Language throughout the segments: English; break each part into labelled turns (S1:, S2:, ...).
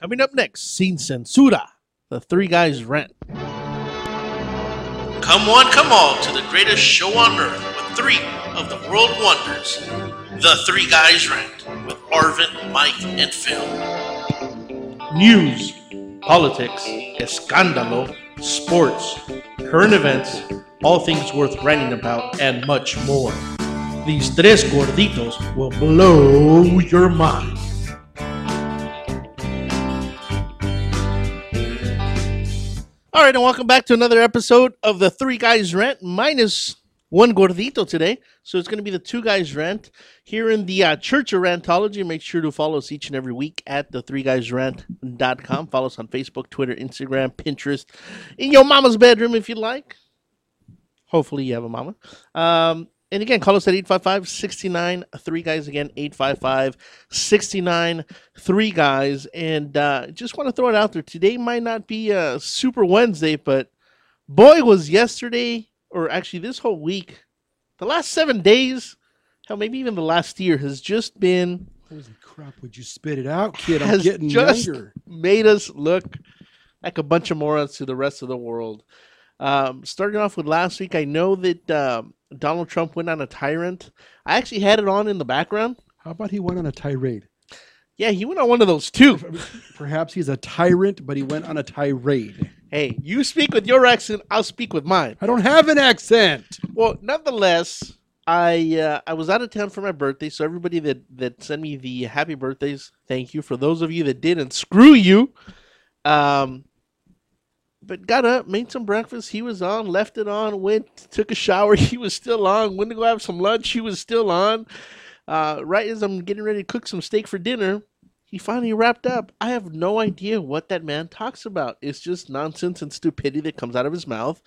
S1: Coming up next, Sin Censura, the three guys rent. Come one, come all to the greatest show on earth with three of the world wonders, the three guys rent with Arvin, Mike, and Phil. News, politics, escándalo, sports, current events, all things worth ranting about, and much more. These tres gorditos will blow your mind. All right, and welcome back to another episode of the Three Guys Rent minus one gordito today. So it's going to be the Two Guys Rent here in the uh, Church of Rantology. Make sure to follow us each and every week at the Three Guys Rant.com. Follow us on Facebook, Twitter, Instagram, Pinterest, in your mama's bedroom if you like. Hopefully, you have a mama. Um, and again, call us at 855 69 3 Guys. Again, 855 69 3 Guys. And uh, just want to throw it out there. Today might not be a Super Wednesday, but boy, was yesterday, or actually this whole week, the last seven days, hell, maybe even the last year, has just been
S2: Holy crap, would you spit it out, kid? I'm
S1: Has
S2: getting
S1: just-
S2: younger.
S1: made us look like a bunch of morons to the rest of the world. Um, starting off with last week, I know that um, Donald Trump went on a tyrant. I actually had it on in the background.
S2: How about he went on a tirade?
S1: Yeah, he went on one of those too.
S2: Perhaps he's a tyrant, but he went on a tirade.
S1: Hey, you speak with your accent, I'll speak with mine.
S2: I don't have an accent.
S1: Well, nonetheless, I uh, I was out of town for my birthday, so everybody that that sent me the happy birthdays, thank you. For those of you that didn't, screw you. Um, but got up, made some breakfast. He was on, left it on, went took a shower. He was still on. Went to go have some lunch. He was still on. Uh, right as I'm getting ready to cook some steak for dinner. He finally wrapped up. I have no idea what that man talks about. It's just nonsense and stupidity that comes out of his mouth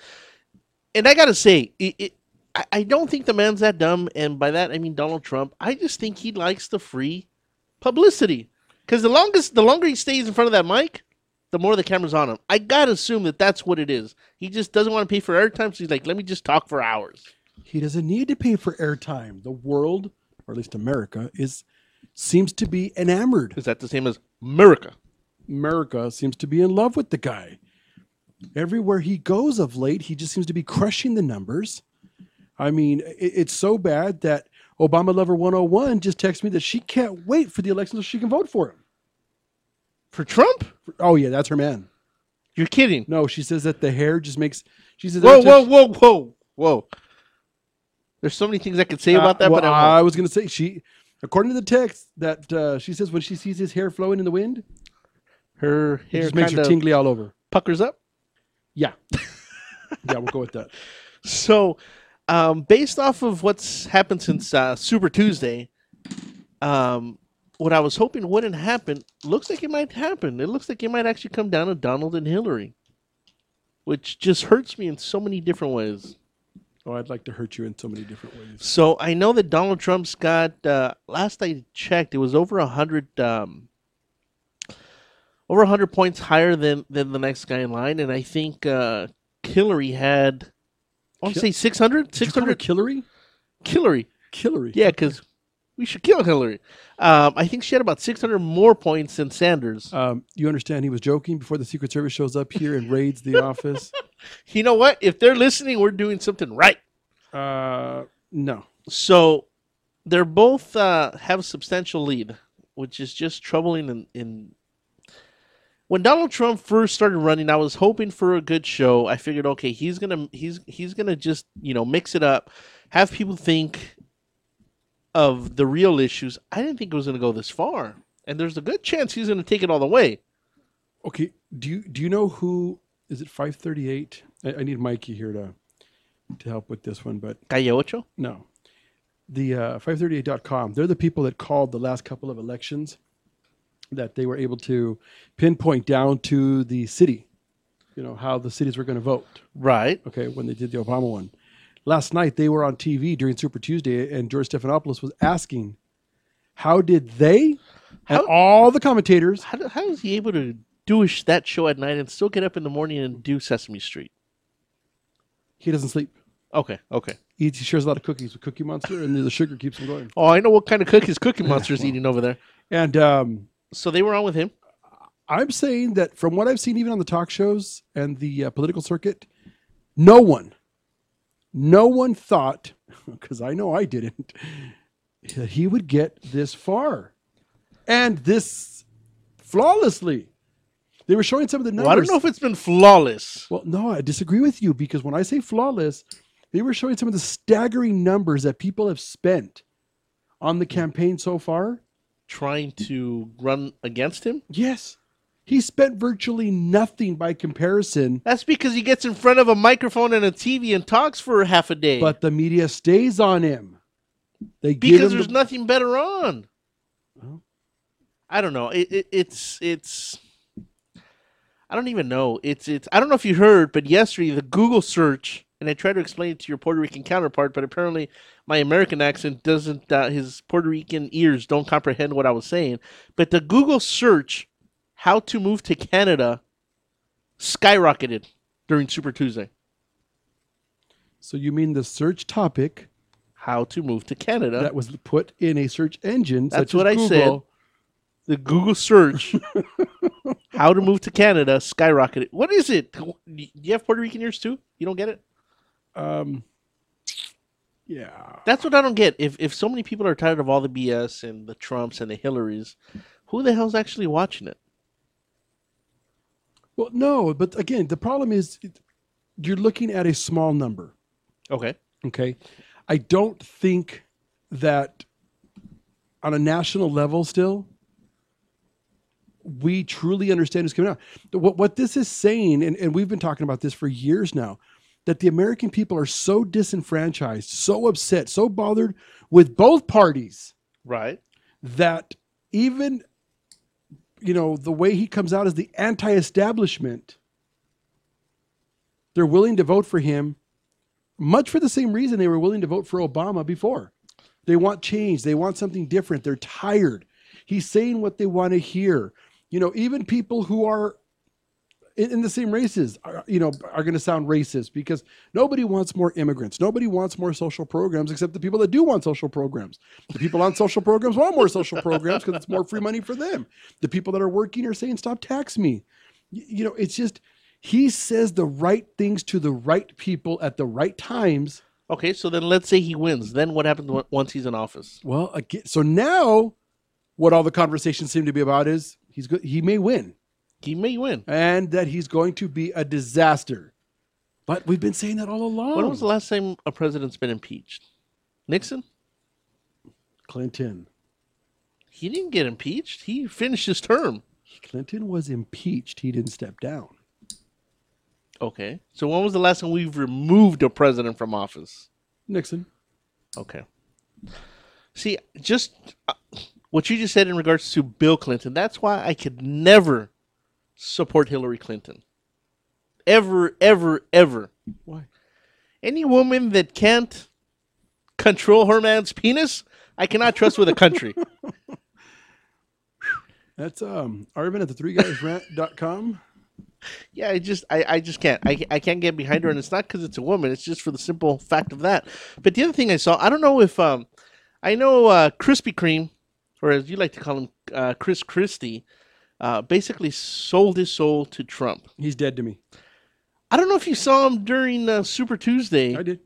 S1: and I gotta say, it, it, I, I don't think the man's that dumb, and by that I mean Donald Trump. I just think he likes the free publicity because the longest, the longer he stays in front of that mic, the more the camera's on him. I gotta assume that that's what it is. He just doesn't want to pay for airtime, so he's like, "Let me just talk for hours."
S2: He doesn't need to pay for airtime. The world, or at least America, is seems to be enamored.
S1: Is that the same as America?
S2: America seems to be in love with the guy. Everywhere he goes of late, he just seems to be crushing the numbers. I mean, i- it's so bad that Obama Lover 101 just texted me that she can't wait for the election so she can vote for him.
S1: For Trump?
S2: Oh yeah, that's her man.
S1: You're kidding?
S2: No, she says that the hair just makes. She says.
S1: Whoa,
S2: every
S1: whoa,
S2: time she-
S1: whoa, whoa, whoa! There's so many things I could say about
S2: Uh,
S1: that,
S2: well,
S1: but I won't.
S2: I was gonna say she, according to the text, that uh, she says when she sees his hair flowing in the wind,
S1: her
S2: it
S1: hair
S2: uh, just makes
S1: kind
S2: her
S1: of
S2: tingly all over.
S1: puckers up.
S2: Yeah, we'll go with that.
S1: So, um, based off of what's happened since uh, Super Tuesday, um, what I was hoping wouldn't happen looks like it might happen. It looks like it might actually come down to Donald and Hillary, which just hurts me in so many different ways.
S2: Oh, I'd like to hurt you in so many different ways.
S1: So I know that Donald Trump's got. Uh, last I checked, it was over a hundred, um, over a hundred points higher than than the next guy in line, and I think uh, Hillary had. I want to
S2: Kill-
S1: say 600?
S2: Did you call her
S1: 600
S2: Killary?
S1: Hillary.
S2: Killary.
S1: Yeah, because we should kill Hillary. Um, I think she had about 600 more points than Sanders.
S2: Um, you understand? He was joking before the Secret Service shows up here and raids the office.
S1: You know what? If they're listening, we're doing something right.
S2: Uh, no.
S1: So they're both uh, have a substantial lead, which is just troubling. In, in when Donald Trump first started running, I was hoping for a good show. I figured, okay, he's gonna he's he's gonna just you know mix it up, have people think of the real issues. I didn't think it was gonna go this far, and there's a good chance he's gonna take it all the way.
S2: Okay. Do you do you know who is it? Five thirty-eight. I, I need Mikey here to to help with this one, but
S1: Calle Ocho.
S2: No. The uh, 538.com, they're the people that called the last couple of elections that they were able to pinpoint down to the city, you know, how the cities were going to vote,
S1: Right.
S2: okay, when they did the Obama one. Last night, they were on TV during Super Tuesday, and George Stephanopoulos was asking, how did they and
S1: How-
S2: all the commentators
S1: How, do- how is he able to do a sh- that show at night and still get up in the morning and do Sesame Street?
S2: he doesn't sleep
S1: Okay, okay.
S2: he eats- he shares a lot of cookies with cookie monster and the sugar keeps him going
S1: Oh, I know what kind of cookies Cookie Monster's
S2: Well.
S1: eating over there.
S2: and um,
S1: So they were on with him.
S2: I'm saying that from what I've seen, even on the talk shows and the uh, political circuit, no one, no one thought, because I know I didn't, that he would get this far, and this flawlessly. They were showing some of the numbers.
S1: Well, I don't know if it's been flawless.
S2: Well, no, I disagree with you because when I say flawless, they were showing some of the staggering numbers that people have spent on the campaign so far.
S1: Trying to run against him?
S2: Yes. He spent virtually nothing by comparison,
S1: That's because he gets in front of a microphone and a TV and talks for half a day.
S2: but the media stays on him. They
S1: because
S2: give him
S1: there's
S2: the,
S1: nothing better on.
S2: Well.
S1: I don't know. It, it, it's it's. I don't even know. It's it's. I don't know if you heard, but yesterday the Google search, and I tried to explain it to your Puerto Rican counterpart, but apparently my American accent doesn't. Uh, his Puerto Rican ears don't comprehend what I was saying. But the Google search, how to move to Canada, skyrocketed during Super Tuesday.
S2: So you mean the search topic
S1: How to move to Canada.
S2: that was put in a search engine?
S1: That's
S2: such
S1: what I
S2: as
S1: said.
S2: Google,
S1: the Google search how to move to Canada skyrocketed. What is it? Do you have Puerto Rican ears too? You don't get it?
S2: Um, yeah.
S1: That's what I don't get. If if so many people are tired of all the BS and the Trumps and the Hillarys, who the hell's actually watching it?
S2: Well, no, but again, the problem is it- you're looking at a small number.
S1: Okay.
S2: Okay. I don't think that on a national level still we truly understand who's coming out. The- What what this is saying, and, and we've been talking about this for years now, that the American people are so disenfranchised, so upset, so bothered with both parties
S1: Right.
S2: that even you know the way he comes out as the anti-establishment they're willing to vote for him much for the same reason they were willing to vote for obama before they want change they want something different they're tired he's saying what they want to hear you know even people who are in, in the same races are, you know are going to sound racist because nobody wants more immigrants nobody wants more social programs except the people that do want social programs the people on social programs want more social programs because it's more free money for them the people that are working are saying stop tax me Y- you know it's just he says the right things to the right people at the right times
S1: Okay, so then let's say he wins. Then what happens on- once he's in office?
S2: well again, so now what all the conversations seem to be about is he's go- he may win
S1: He may win.
S2: and that he's going to be a disaster. But we've been saying that all along.
S1: When was the last time a president's been impeached? Nixon?
S2: Clinton.
S1: He didn't get impeached. He finished his term.
S2: Clinton was impeached. He didn't step down.
S1: Okay. So when was the last time we've removed a president from office?
S2: Nixon.
S1: Okay. See, just uh, what you just said in regards to Bill Clinton, that's why I could never support Hillary Clinton. Ever, ever, ever.
S2: Why?
S1: Any woman that can't control her man's penis, I cannot trust with a country.
S2: That's um Arvin at the three guys rant.com.
S1: yeah, I just I, I just can't. I, I can't get behind her and it's not cuz it's a woman, it's just for the simple fact of that. But the other thing I saw, I don't know if um I know uh Krispy Kreme or as you like to call him uh Chris Christie uh basically sold his soul to Trump.
S2: He's dead to me.
S1: I don't know if you saw him during uh, Super Tuesday.
S2: I did.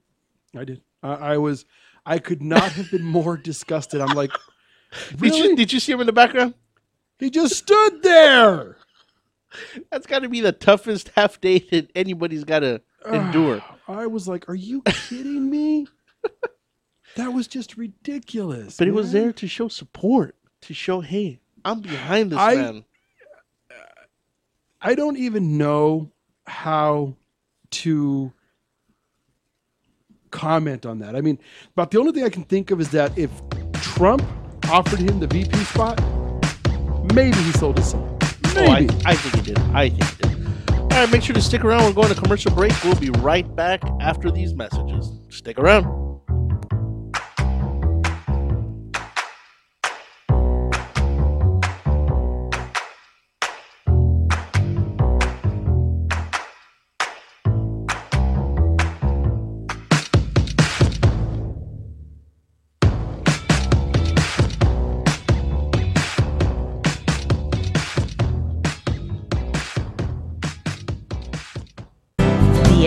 S2: I did. I, I was I could not have been more disgusted. I'm like,
S1: Did
S2: really?
S1: you did you see him in the background?
S2: he just stood there.
S1: That's got to be the toughest half day that anybody's got to endure.
S2: I was like, are you kidding me? that was just ridiculous.
S1: But it was
S2: man.
S1: there to show support, to show hey, I'm behind this
S2: I-
S1: man.
S2: I don't even know how to comment on that. I mean, about the only thing I can think of is that if Trump offered him the VP spot, maybe he sold his soul.
S1: Oh, I,
S2: Maybe.
S1: I think it did. I think it did. All right, make sure to stick around. We're going to commercial break. We'll be right back after these messages. Stick around.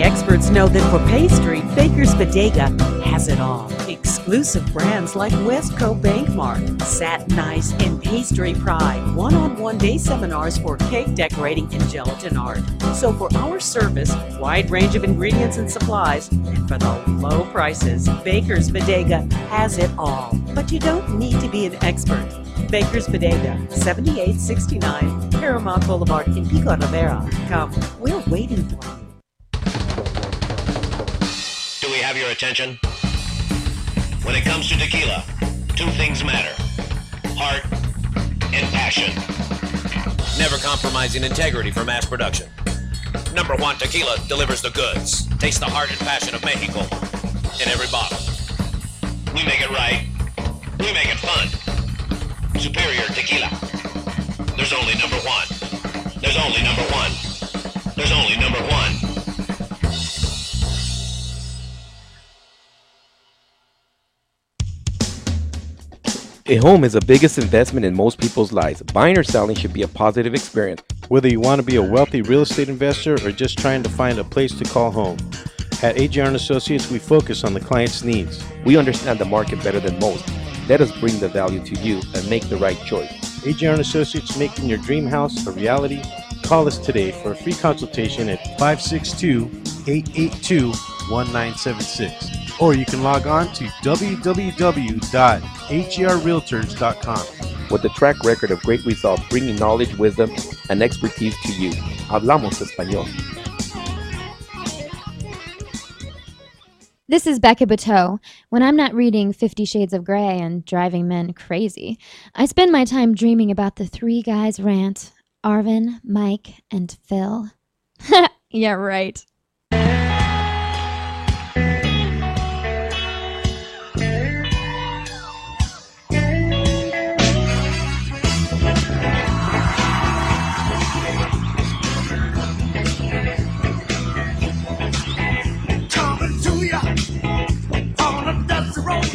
S3: Experts know that for pastry, Baker's Bodega has it all. Exclusive brands like Westco Bankmark, Sat Nice, and Pastry Pride. One on one day seminars for cake decorating and gelatin art. So for our service, wide range of ingredients and supplies, and for the low prices, Baker's Bodega has it all. But you don't need to be an expert. Baker's Bodega, 7869 Paramount Boulevard in Pico Rivera. Come, we're waiting for you.
S4: Do we have your attention? When it comes to tequila, two things matter heart and passion. Never compromising integrity for mass production. Number one tequila delivers the goods. Taste the heart and passion of Mexico in every bottle. We make it right. We make it fun. Superior tequila. There's only number one. There's only number one. There's only number one.
S5: A home is the biggest investment in most people's lives. Buying or selling should be a positive experience.
S6: Whether you want to be a wealthy real estate investor or just trying to find a place to call home, at AGR and Associates we focus on the client's needs.
S5: We understand the market better than most. Let us bring the value to you and make the right choice.
S6: AGR and Associates making your dream house a reality. Call us today for a free consultation at 562-882-1976 or you can log on to www.hrrealtors.com.
S5: With a track record of great results, bringing knowledge, wisdom, and expertise to you. Hablamos español.
S7: This is Becca Bateau. When I'm not reading Fifty Shades of Grey and driving men crazy, I spend my time dreaming about the three guys' rant Arvin, Mike, and Phil. yeah, right.
S8: coming to ya on a dusty road.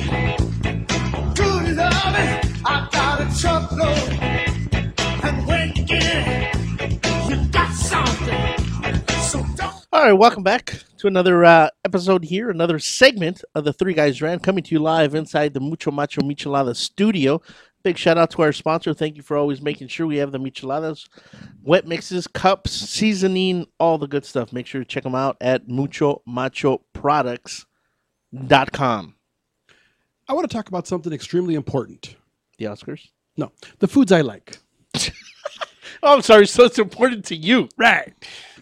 S8: Good loving, I got a truckload, and when you get it, you got something. So don't.
S1: All right, welcome back to another uh, episode here, another segment of the Three Guys Ran coming to you live inside the Mucho Macho Michelada studio. Big shout out to our sponsor. Thank you for always making sure we have the micheladas, wet mixes, cups, seasoning, all the good stuff. Make sure to check them out at muchomachoproducts.com.
S2: I want to talk about something extremely important.
S1: The Oscars.
S2: No, the foods I like.
S1: Oh, I'm sorry. So it's important to you.
S2: Right.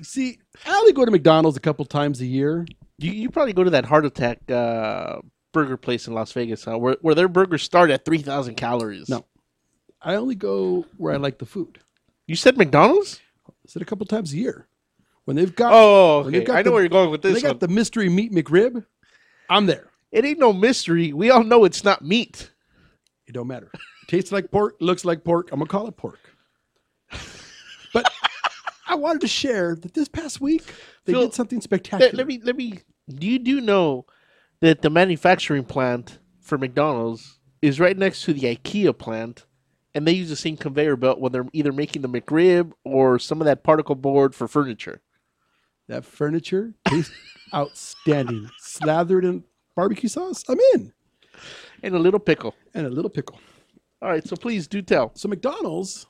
S2: See, I only go to McDonald's a couple times a year.
S1: You, you probably go to that heart attack uh, burger place in Las Vegas huh? where, where their burgers start at 3,000 calories.
S2: No. I only go where I like the food.
S1: You said
S2: Uh,
S1: McDonald's?
S2: I said a couple times a year. When they've got
S1: Oh,
S2: when they've
S1: okay.
S2: got
S1: I know
S2: the-
S1: where you're going with
S2: when
S1: this
S2: they
S1: one.
S2: got the mystery meat McRib, I'm there.
S1: It ain't no mystery. We all know it's not meat.
S2: It don't matter. Tastes like pork, looks like pork. I'm gonna call it pork. But I wanted to share that this past week they
S1: Phil,
S2: did something spectacular.
S1: Let, let me let me you do know that the manufacturing plant for McDonald's is right next to the IKEA plant and they use the same conveyor belt when they're either making the McRib or some of that particle board for furniture.
S2: That furniture tastes outstanding. Slathered in barbecue sauce, I'm in.
S1: And a little pickle.
S2: And a little pickle.
S1: All right, so please do tell.
S2: So McDonald's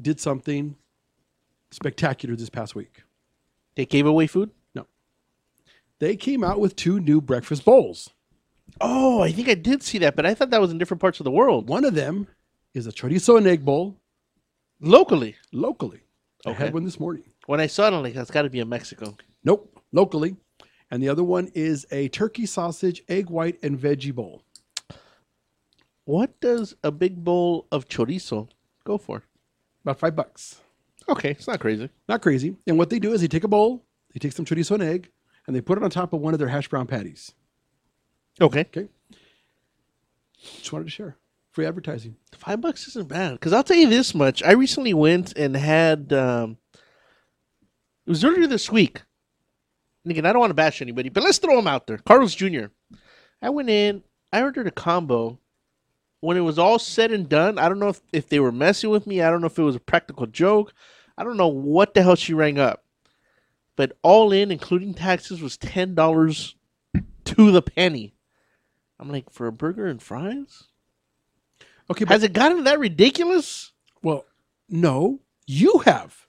S2: did something spectacular this past week.
S1: They gave away food?
S2: They came out with two new breakfast bowls.
S1: Oh, I think I did see that, but I thought that was in different parts of the world.
S2: One of them is a chorizo and egg bowl
S1: Locally.
S2: locally. I
S1: Okay.
S2: had one this morning.
S1: When I saw it, I'm like, that's got to be in Mexico.
S2: Nope, locally. And the other one is a turkey sausage, egg white, and veggie bowl.
S1: What does a big bowl of chorizo go for?
S2: About five bucks.
S1: Okay, it's not crazy.
S2: Not crazy. And what they do is they take a bowl, they take some chorizo and egg, and they put it on top of one of their hash brown patties.
S1: Okay.
S2: Just wanted to share. Free advertising.
S1: Five bucks isn't bad. Because I'll tell you this much. I recently went and had, um, it was earlier this week. And again, I don't want to bash anybody, but let's throw him out there. Carlos Jr. I went in, I ordered a combo. When it was all said and done, I don't know if, if they were messing with me. I don't know if it was a practical joke. I don't know what the hell she rang up. but all in, including taxes, was ten dollars to the penny. I'm like, for a burger and fries?
S2: Okay, but
S1: Has it gotten that ridiculous?
S2: well, no, you have.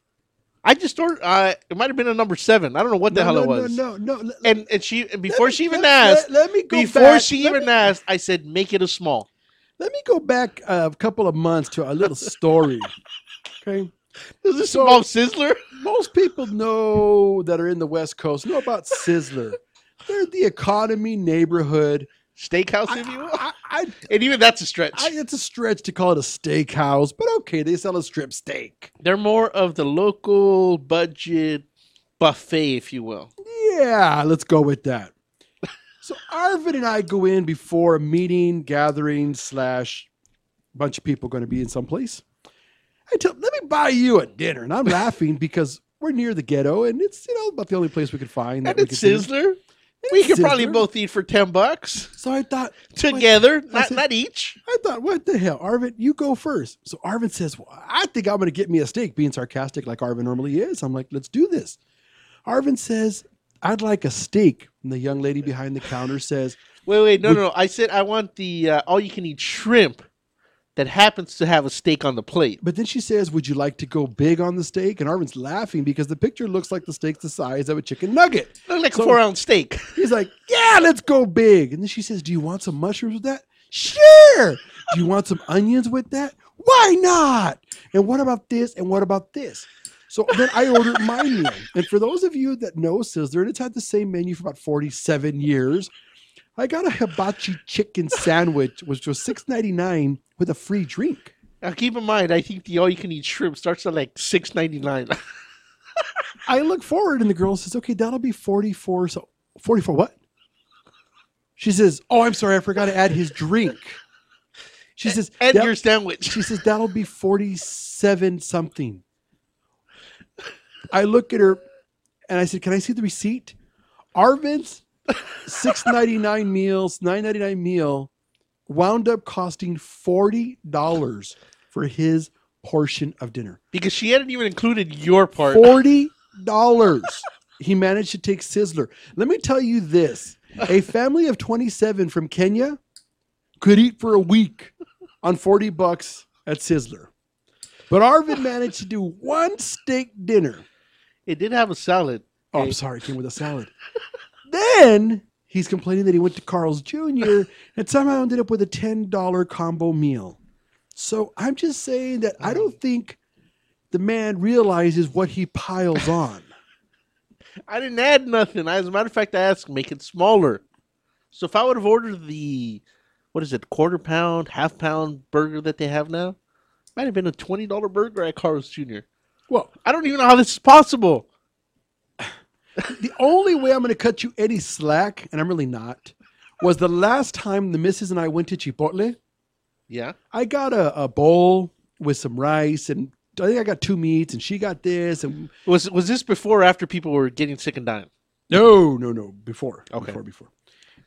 S1: I just ordered. Uh, it might have been a number seven. I don't know what the
S2: no,
S1: hell
S2: no,
S1: it was.
S2: No, no, no. let-
S1: And and she and before
S2: me-
S1: she even
S2: let-
S1: asked,
S2: let, let me go
S1: before
S2: back-
S1: she
S2: let
S1: even
S2: me,
S1: asked, I said, make it a small.
S2: let me go back uh, a couple of months to a little story. okay,
S1: Does this involve Sizzler?
S2: most people know that are in the West Coast know about Sizzler. They're the economy neighborhood.
S1: Steakhouse,
S2: I,
S1: if you will.
S2: I, I,
S1: And even that's a stretch.
S2: I, it's a stretch to call it a steakhouse, but okay, they sell a strip steak.
S1: They're more of the local budget buffet, if you will.
S2: Yeah, let's go with that. So Arvin and I go in before a meeting, gathering, slash bunch of people going to be in some place. I tell let me buy you a dinner. And I'm laughing because we're near the ghetto and it's, you know, about the only place we could find.
S1: And
S2: we
S1: it's
S2: could do.
S1: Sizzler.
S2: And
S1: We
S2: it's
S1: could probably
S2: Sizzler.
S1: both eat for ten bucks
S2: So I thought,
S1: together,
S2: I
S1: not
S2: said-
S1: not each.
S2: I thought, what the hell, Arvin, you go first. So Arvin says, well, I think I'm going to get me a steak, being sarcastic like Arvin normally is. I'm like, let's do this. Arvin says, I'd like a steak. And the young lady behind the counter says,
S1: Wait, wait, no, no, no. I said I want the uh, all-you-can-eat shrimp that happens to have a steak on the plate.
S2: but then she says, would you like to go big on the steak? And Arvin's laughing because the picture looks like the steak's the size of a chicken nugget.
S1: Look like
S2: So-
S1: a four-ounce steak.
S2: He's like, yeah, let's go big. And then she says, do you want some mushrooms with that? Sure. do you want some onions with that? Why not? And what about this? And what about this? So then I ordered my meal. And for those of you that know Sizzler, and it's had the same menu for about 47 years, I got a hibachi chicken sandwich, which was $6.99 with a free drink.
S1: Now keep in mind, I think the all-you-can-eat shrimp starts at like six ninety-nine.
S2: I look forward and the girl says, okay, that'll be 44. So 44 what? She says, oh, I'm sorry. I forgot to add his drink. She says,
S1: and
S2: "That-
S1: your sandwich.
S2: she says, that'll be 47 something. I look at her and I said, can I see the receipt? Arvin's 699 meals, 999 meal wound up costing $40 for his portion of dinner.
S1: Because she hadn't even included your part.
S2: Forty dollars. he managed to take Sizzler. Let me tell you this: a family of twenty-seven from Kenya could eat for a week on forty bucks at Sizzler. But Arvin managed to do one steak dinner.
S1: It did have a salad.
S2: Oh, I'm sorry, it came with a salad. then he's complaining that he went to Carl's Jr. and somehow ended up with a $10 combo meal. So I'm just saying that I don't think the man realizes what he piles on.
S1: I didn't add nothing. As a matter of fact, I asked, make it smaller. So if I would have ordered the, what is it, quarter pound, half pound burger that they have now, might have been a twenty dollar burger at Carl's Jr.
S2: Well,
S1: I don't even know how this is possible.
S2: the only way I'm going to cut you any slack, and I'm really not, was the last time the missus and I went to Chipotle.
S1: Yeah.
S2: I got a, a bowl with some rice, and I think I got two meats, and she got this, and
S1: Was was this before or after people were getting sick and dying?
S2: No, no, no. Before.
S1: Okay.
S2: Before, before.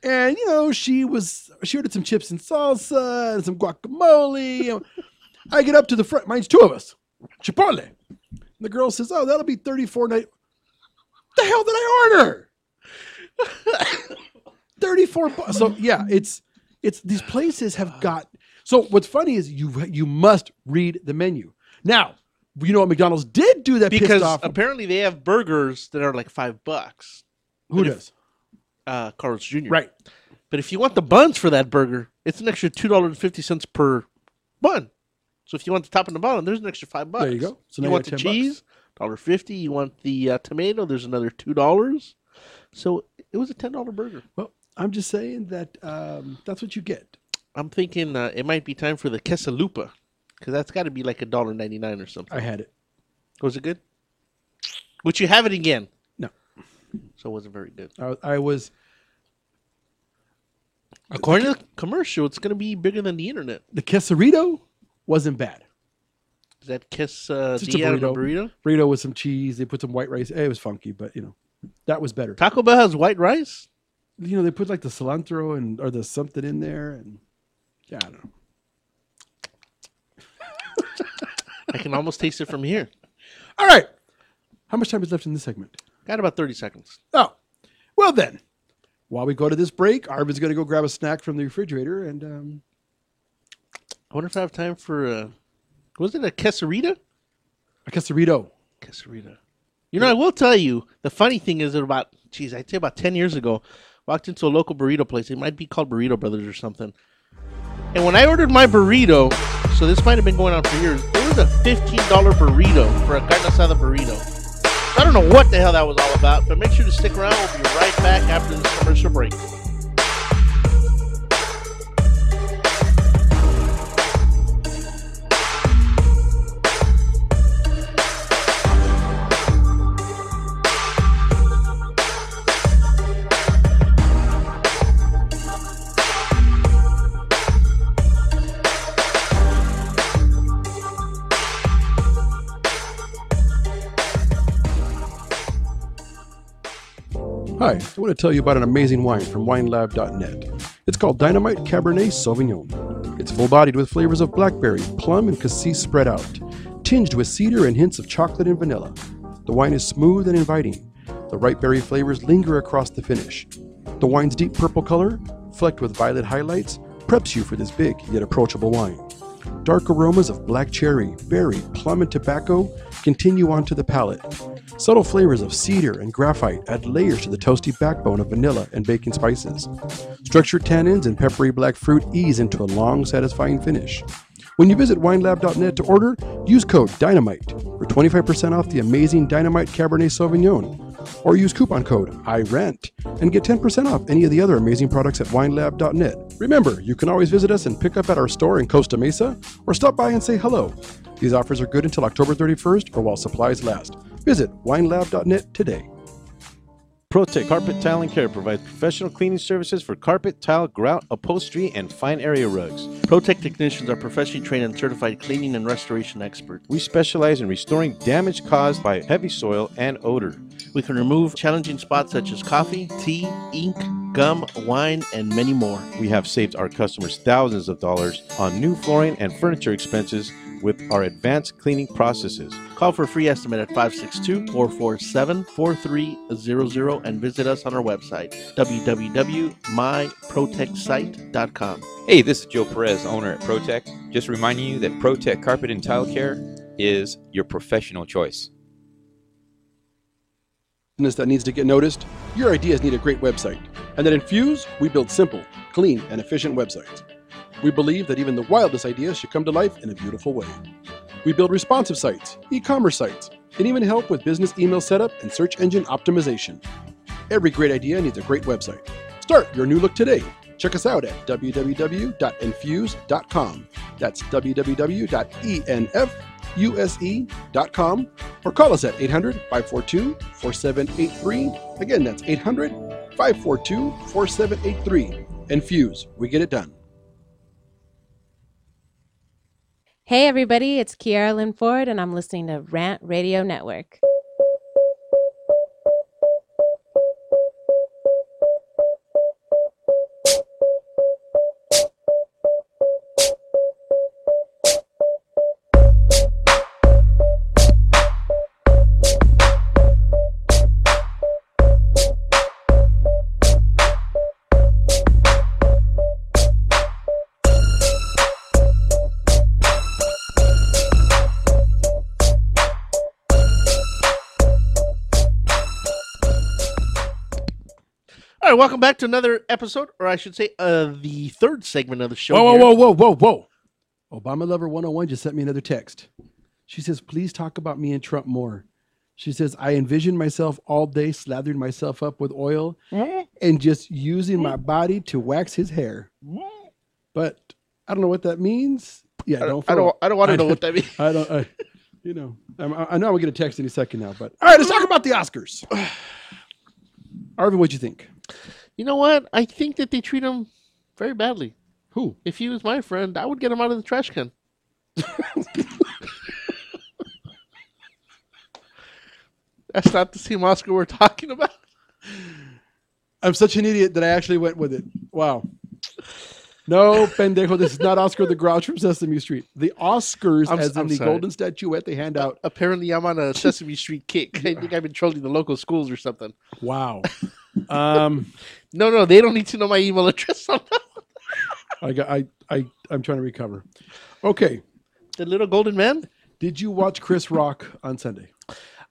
S2: And you know, she was she ordered some chips and salsa and some guacamole. I get up to the front, mine's two of us. Chipotle. And the girl says, Oh, that'll be 34 night. The hell did I order? 34 bu- So yeah, it's it's these places have got so what's funny is you you must read the menu. Now, you know what McDonald's did do that
S1: Because
S2: pissed off.
S1: apparently they have burgers that are like five bucks.
S2: Who
S1: but if-
S2: does?
S1: Uh, Carl's Jr.
S2: Right.
S1: But if you want the buns for that burger, it's an extra two dollars and fifty cents per bun. So if you want the top and the bottom, there's an extra five bucks.
S2: There you go. So
S1: you
S2: you
S1: want the
S2: got 10 bucks.
S1: cheese, dollar fifty. You want the uh, tomato, there's another two dollars. So it was a ten dollar burger.
S2: Well, I'm just saying that um, that's what you get.
S1: I'm thinking uh, it might be time for the quesalupa, because that's got to be like a dollar ninety nine or something.
S2: I had it.
S1: Was it good? Would you have it again?
S2: No.
S1: So it wasn't very good.
S2: I, I was
S1: According to the commercial, it's going to be bigger than the internet.
S2: the quesarito wasn't bad.
S1: Is that Kiss uh,
S2: It's just a
S1: D out of a
S2: burrito.
S1: burrito?
S2: Burrito with some cheese. They put some white rice. Eh, It was funky, but you know, that was better.
S1: Taco Bell has white rice.
S2: You know, they put like the cilantro and or the something in there, and yeah, I don't know.
S1: I can almost taste it from here.
S2: All right, how much time is left in this segment?
S1: Got about 30 seconds.
S2: Oh, well then, while we go to this break, Arvin's going to go grab a snack from the refrigerator, and um,
S1: I wonder if I have time for uh was it a quesarita?
S2: a quesarito.
S1: Quesarita. You know, I will tell you, the funny thing is that about geez, I'd say about ten years ago, walked into a local burrito place. It might be called Burrito Brothers or something. And when I ordered my burrito, so this might have been going on for years, it was a fifteen dollar burrito for a carne asada burrito. So I don't know what the hell that was all about, but make sure to stick around. We'll be right back after this commercial break.
S2: Hi, I want to tell you about an amazing wine from winelab.net. It's called Dynamite Cabernet Sauvignon. It's full bodied with flavors of blackberry, plum, and cassis spread out, tinged with cedar and hints of chocolate and vanilla. The wine is smooth and inviting. The ripe berry flavors linger across the finish. The wine's deep purple color, flecked with violet highlights, preps you for this big yet approachable wine. Dark aromas of black cherry, berry, plum, and tobacco continue onto the palate. Subtle flavors of cedar and graphite add layers to the toasty backbone of vanilla and baking spices. Structured tannins and peppery black fruit ease into a long, satisfying finish. When you visit winelab.net to order, use code DYNAMITE for 25% off the amazing Dynamite Cabernet Sauvignon. Or use coupon code IRENT and get 10% off any of the other amazing products at winelab.net. Remember, you can always visit us and pick up at our store in Costa Mesa or stop by and say hello. These offers are good until October 31st or while supplies last. Visit winelab.net today.
S5: Protec Carpet Tile and Care provides professional cleaning services for carpet, tile, grout, upholstery, and fine area rugs.
S1: ProTech technicians are professionally trained and certified cleaning and restoration experts.
S5: We specialize in restoring damage caused by heavy soil and odor.
S1: We can remove challenging spots such as coffee, tea, ink, gum, wine, and many more.
S5: We have saved our customers thousands of dollars on new flooring and furniture expenses with our advanced cleaning processes.
S1: Call for a free estimate at 562 447 4300 and visit us on our website, www.myprotectsite.com.
S9: Hey, this is Joe Perez, owner at Protec. Just reminding you that Protec Carpet and Tile Care is your professional choice.
S2: Business that needs to get noticed? Your ideas need a great website. And at Infuse, we build simple, clean, and efficient websites. We believe that even the wildest ideas should come to life in a beautiful way. We build responsive sites, e commerce sites, and even help with business email setup and search engine optimization. Every great idea needs a great website. Start your new look today. Check us out at www.infuse.com. That's E www.enfuse.com E or call us at 800 542 4783. Again, that's 800 542 4783. Infuse, we get it done.
S10: Hey, everybody, it's Kiara Lynn Ford, and I'm listening to Rant Radio Network.
S1: All right, welcome back to another episode, or I should say, uh, the third segment of the show.
S2: Whoa, whoa,
S1: here.
S2: whoa, whoa, whoa, whoa. Obama Lover 101 just sent me another text. She says, please talk about me and Trump more. She says, I envision myself all day slathering myself up with oil and just using my body to wax his hair. But I don't know what that means. Yeah,
S1: I
S2: don't.
S1: don't, I don't, I don't want to know
S2: I don't-
S1: what that means.
S2: I don't. I, you know, I'm, I I know I'm gonna get a text any second now. But all right, let's talk about the Oscars. Arvin, what'd you think?
S1: You know what? I think that they treat him very badly.
S2: Who?
S1: If he was my friend, I would get him out of the trash can. That's not the same Oscar we're talking about.
S2: I'm such an idiot that I actually went with it. Wow. No, pendejo, this is not Oscar the Grouch from Sesame Street. The Oscars,
S1: I'm s-
S2: as in
S1: I'm
S2: the
S1: sorry.
S2: golden statuette they hand out.
S1: Apparently, I'm on a Sesame Street kick. I think I've been trolling the local schools or something.
S2: Wow. Um,
S1: No, no, they don't need to know my email address. on that.
S2: I got, I, I, I'm trying to recover. Okay.
S1: the little golden man.
S2: Did you watch Chris Rock on Sunday?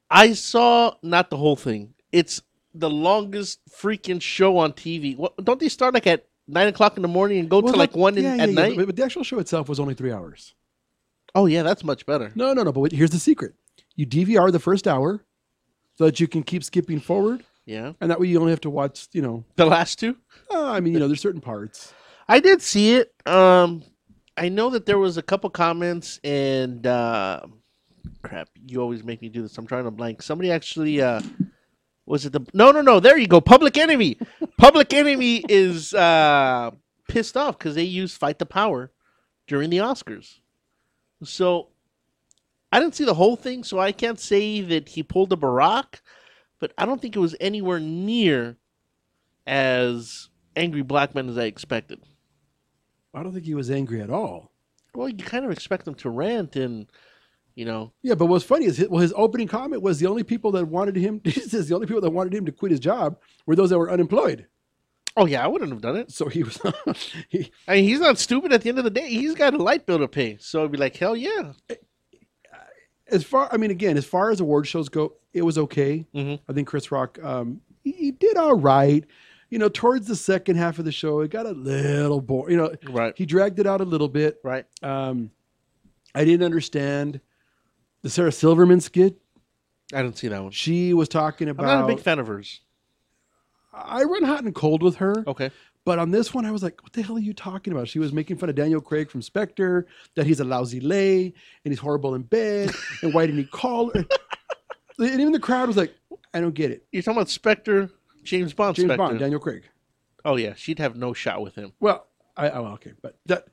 S1: I saw not the whole thing. It's the longest freaking show on TV. What, don't they start like at nine o'clock in the morning and go
S2: Well,
S1: to Oh, like one in,
S2: yeah, yeah,
S1: at
S2: yeah,
S1: night?
S2: But, but the actual show itself was only three hours.
S1: Oh yeah, that's much better.
S2: No, no, no. But wait, here's the secret: you DVR the first hour, so that you can keep skipping forward,
S1: Yeah,
S2: and that way you only have to watch. You know,
S1: the last two.
S2: uh, I mean, you know, there's certain parts.
S1: I did see it. Um, I know that there was a couple comments and uh, crap. You always make me do this. I'm trying to blank. Somebody actually uh, was it the no no no? There you go. Public Enemy. Public Enemy is uh, pissed off because they used Fight the Power during the Oscars. So I didn't see the whole thing, so I can't say that he pulled a Barack, but I don't think it was anywhere near as angry black men as I expected.
S2: I don't think he was angry at all.
S1: Well, you kind of expect them to rant and, you know,
S2: Yeah, but what's funny is his, well, his opening comment was the only people that wanted him. He says the only people that wanted him to quit his job were those that were unemployed.
S1: oh yeah, I wouldn't have done it.
S2: So he was. he,
S1: I mean, he's not stupid. At the end of the day, he's got a light bill to pay, so it'd be like, hell yeah.
S2: as far, I mean, again, as far as award shows go, it was okay.
S1: Mhm.
S2: I think Chris Rock, um, he, he did all right. You know, towards the second half of the show, it got a little boring. You know,
S1: Right,
S2: he dragged it out a little bit.
S1: right.
S2: Um, I didn't understand the Sarah Silverman skit.
S1: I didn't see that one.
S2: She was talking
S1: I'm not
S2: about.
S1: a big fan of hers.
S2: I run hot and cold with her.
S1: Okay.
S2: But on this one, I was like, what the hell are you talking about? She was making fun of Daniel Craig from Spectre, that he's a lousy lay and he's horrible in bed. and why didn't he call her? and even the crowd was like, I don't get it.
S1: You're talking about Spectre, James Bond
S2: James
S1: Spectre.
S2: Bond, Daniel Craig.
S1: oh yeah, she'd have no shot with him.
S2: Well, I, oh, okay. But that,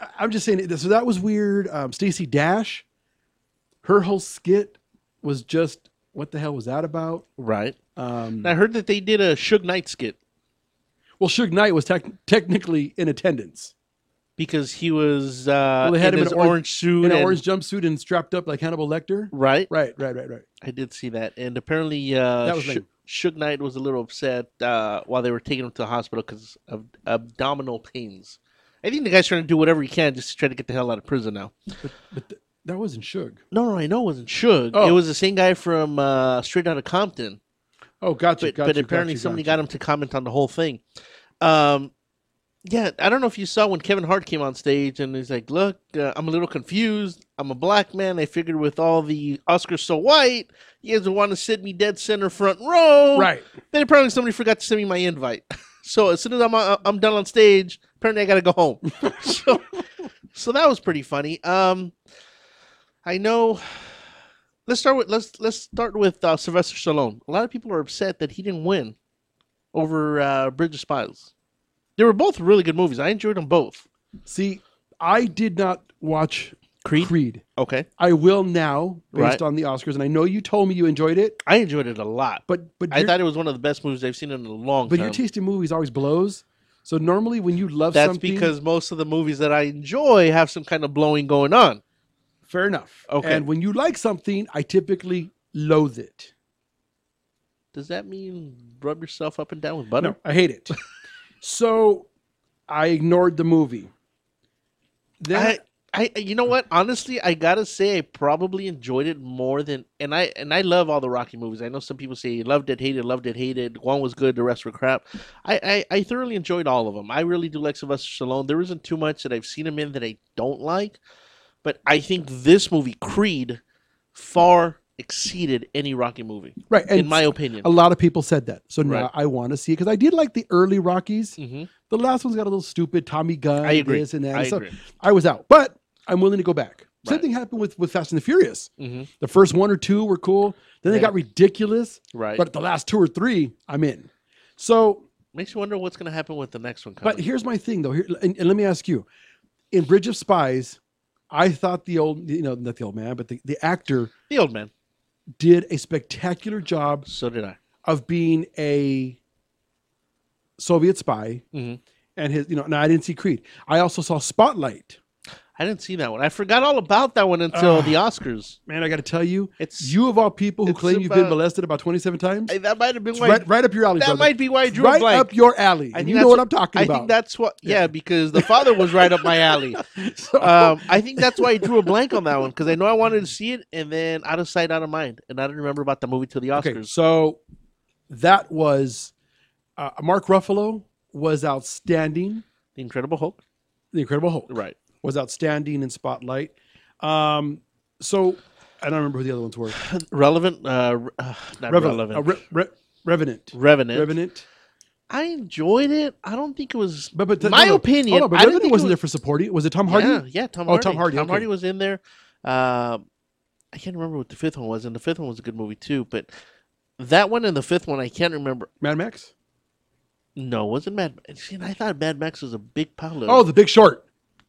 S2: I- I'm just saying, so that was weird. Um, Stacey Dash, her whole skit was just, what the hell was that about?
S1: Right.
S2: Um,
S1: And I heard that they did a Suge Knight skit
S2: well, Suge Knight was tec- technically in attendance.
S1: because he was uh,
S2: Well, they
S1: in
S2: had him in
S1: his
S2: an
S1: orange,
S2: orange-
S1: suit.
S2: In an
S1: and-
S2: orange jumpsuit and strapped up like Hannibal Lecter.
S1: Right.
S2: Right, right, right, right.
S1: I did see that, and apparently uh,
S2: That was
S1: Sh-
S2: lame.
S1: Suge Knight was a little upset uh, while they were taking him to the hospital because of abdominal pains. I think the guy's trying to do whatever he can just to try to get the hell out of prison now.
S2: That wasn't Suge.
S1: No, no, I know it wasn't Suge. It
S2: Oh.
S1: was the same guy from uh, Straight Outta Compton,
S2: Oh, gotcha.
S1: but,
S2: gotcha
S1: but apparently
S2: gotcha,
S1: somebody
S2: gotcha.
S1: got him to comment on the whole thing. Um, yeah, I don't know if you saw when Kevin Hart came on stage and he's like, "Look, uh, I'm a little confused. I'm a black man. I figured with all the Oscars so white, you guys would want to sit me dead center front row,
S2: Right.
S1: Then apparently somebody forgot to send me my invite. So as soon as I'm uh, I'm done on stage, apparently I gotta go home. so, so that was pretty funny. Um, I know. Let's start with let's let's start with uh, Sylvester Stallone. A lot of people are upset that he didn't win over uh, Bridge of Spies. They were both really good movies. I enjoyed them both.
S2: See, I did not watch Creed.
S1: Okay,
S2: I will now, based
S1: Right.
S2: on the Oscars, and I know you told me you enjoyed it,
S1: I enjoyed it a lot.
S2: but but
S1: I
S2: your,
S1: thought it was one of the best movies I've seen in a long
S2: but your
S1: time.
S2: taste in movies always blows. So normally when you love
S1: That's
S2: something,
S1: because most of the movies that I enjoy have some kind of blowing going on.
S2: fair enough.
S1: Okay.
S2: And when you like something, I typically loathe it.
S1: Does that mean rub yourself up and down with butter?
S2: No, I hate it. so I ignored the movie. Then
S1: I, I, you know what? Honestly, I gotta say, I probably enjoyed it more than, and I, and I love all the Rocky movies. I know some people say loved it, hated, loved it, hated. One was good, the rest were crap. I, I, I thoroughly enjoyed all of them. I really do like Sylvester Stallone. There isn't too much that I've seen him in that I don't like, but I think this movie, Creed, far exceeded any Rocky movie,
S2: right, and
S1: in my opinion.
S2: a lot of people said that. So
S1: Right.
S2: now I want to see it because I did like the early Rockies.
S1: Mhm.
S2: The last one's got a little stupid Tommy Gun.
S1: I agree.
S2: This and that.
S1: I
S2: So
S1: agree.
S2: I was out, but I'm willing to go back.
S1: Right.
S2: Same thing happened with, with Fast and the Furious.
S1: Mhm.
S2: The first one or two were cool. Then they
S1: Yeah.
S2: got ridiculous.
S1: Right.
S2: But the last two or three, I'm in. So,
S1: Makes you wonder what's gonna happen with the next one. Coming.
S2: but here's my thing though. Here, and, and let me ask you: in Bridge of Spies, I thought the old, you know, not the old man, but the, the actor
S1: the old man.
S2: did a spectacular job
S1: So did I.
S2: of being a Soviet spy
S1: Mhm.
S2: and his, you know, now I didn't see Creed. I also saw Spotlight.
S1: I didn't see that one. I forgot all about that one until
S2: Ah.
S1: the Oscars.
S2: Man, I got to tell you,
S1: it's
S2: you of all people who
S1: it's
S2: claim you've been
S1: about-
S2: molested about 27 times,
S1: Hey, that might have been
S2: it's
S1: why.
S2: right, right up your alley.
S1: that
S2: brother.
S1: might be why I drew a
S2: right
S1: blank.
S2: up your alley.
S1: I
S2: and
S1: think
S2: you know
S1: that's
S2: what I'm talking
S1: I
S2: about.
S1: think that's what. Yeah, because the father was right up my alley. um, I think that's why I drew a blank on that one because I know I wanted to see it, and then out of sight, out of mind, and I didn't remember about the movie till the Oscars.
S2: Okay, so that was uh, Mark Ruffalo was outstanding.
S1: The Incredible Hulk.
S2: The Incredible Hulk
S1: Right.
S2: was outstanding in Spotlight. Um, so I don't remember who the other ones were.
S1: Relevant. Uh, re- uh, not relevant.
S2: uh, Re- Re- Revenant.
S1: Revenant.
S2: Revenant.
S1: I enjoyed it. I don't think it was.
S2: But but
S1: my
S2: no, no.
S1: opinion.
S2: Oh, no, but
S1: I didn't
S2: Revenant
S1: think it
S2: wasn't
S1: was-
S2: there for supporting. Was it Tom Hardy?
S1: Yeah, yeah, Tom
S2: Oh,
S1: Hardy.
S2: Tom Hardy.
S1: Tom
S2: okay.
S1: Hardy was in there. Um, I can't remember what the fifth one was, and the fifth one was a good movie too. But that one and the fifth one, I can't remember.
S2: Mad Max.
S1: No, it wasn't Mad. Max. See, and I thought Mad Max was a big pile of
S2: Oh, The Big Short.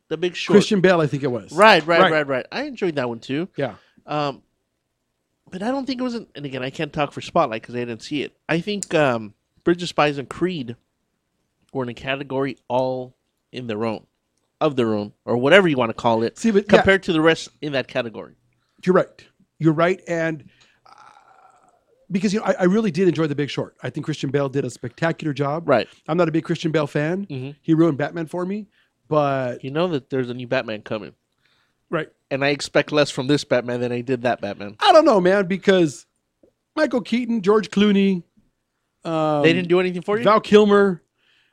S1: the Big Short.
S2: Christian Bale, I think it was.
S1: Right, right,
S2: Right.
S1: right, right, I enjoyed that one too.
S2: Yeah.
S1: Um, but I don't think it was. An, and again, I can't talk for Spotlight because I didn't see it. I think um, Bridge of Spies and Creed were in a category all in their own, of their own, or whatever you want to call it,
S2: See, but yeah,
S1: compared to the rest in that category.
S2: You're right. You're right, and uh, because you know, I, I really did enjoy The Big Short. I think Christian Bale did a spectacular job.
S1: Right.
S2: I'm not a big Christian Bale fan.
S1: Mhm.
S2: He ruined Batman for me, but
S1: You know that there's a new Batman coming,
S2: right.
S1: and I expect less from this Batman than I did that Batman.
S2: I don't know, man, because Michael Keaton, George Clooney, um,
S1: they didn't do anything for you.
S2: Val Kilmer.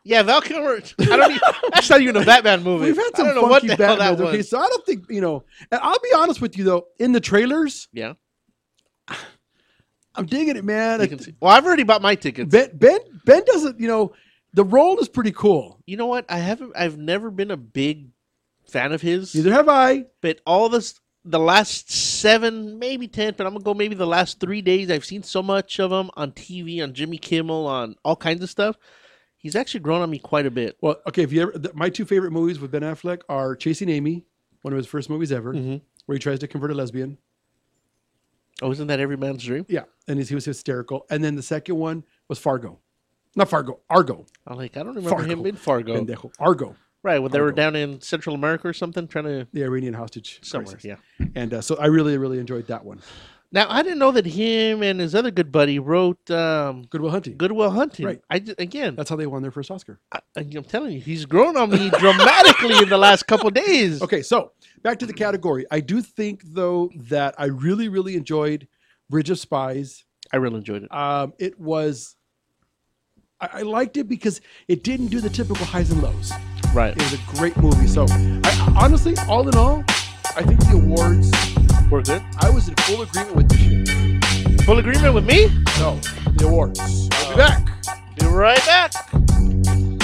S1: yeah, Val Kilmer. I don't. Even, that's not even a Batman movie.
S2: We've had
S1: I
S2: some
S1: don't know what
S2: funky
S1: the hell that
S2: Batman. Okay,
S1: was.
S2: so I don't think you know. And I'll be honest with you though. In the trailers,
S1: Yeah,
S2: I'm digging it, man.
S1: you can see. Well, I've already bought my tickets.
S2: Ben, Ben, Ben doesn't. You know, the role is pretty cool.
S1: you know what? I haven't. I've never been a big fan of his.
S2: Neither have I.
S1: But all this, the last seven, maybe ten, but I'm gonna go maybe the last three days. I've seen so much of him on TV, on Jimmy Kimmel, on all kinds of stuff. He's actually grown on me quite a bit.
S2: Well, okay. If you ever, th- my two favorite movies with Ben Affleck are Chasing Amy, one of his first movies ever,
S1: Mm-hmm.
S2: where he tries to convert a lesbian.
S1: Oh, isn't that every man's dream?
S2: Yeah, and he's- he was hysterical. And then the second one was Fargo, not Fargo, Argo.
S1: I'm like, I don't remember
S2: Fargo.
S1: him in Fargo.
S2: Pendejo. Argo,
S1: Right, when they were down in Central America or something, trying to
S2: the Iranian hostage
S1: somewhere.
S2: crisis.
S1: Yeah.
S2: And uh, so I really, really enjoyed that one.
S1: Now I didn't know that him and his other good buddy wrote um,
S2: Goodwill Hunting.
S1: Goodwill Hunting.
S2: Right.
S1: I ju- again,
S2: That's how they won their first Oscar.
S1: I, I'm telling you, he's grown on me dramatically in the last couple days.
S2: Okay, so back to the category. I do think though that I really, really enjoyed Bridge of Spies.
S1: I really enjoyed it.
S2: Um, it was. I, I liked it because it didn't do the typical highs and lows.
S1: Right.
S2: It was a great movie. So, I, honestly, all in all, I think the awards,
S1: We're good.
S2: I was in full agreement with this year.
S1: Full agreement with me?
S2: No, the awards. I'll be back.
S1: Be right back.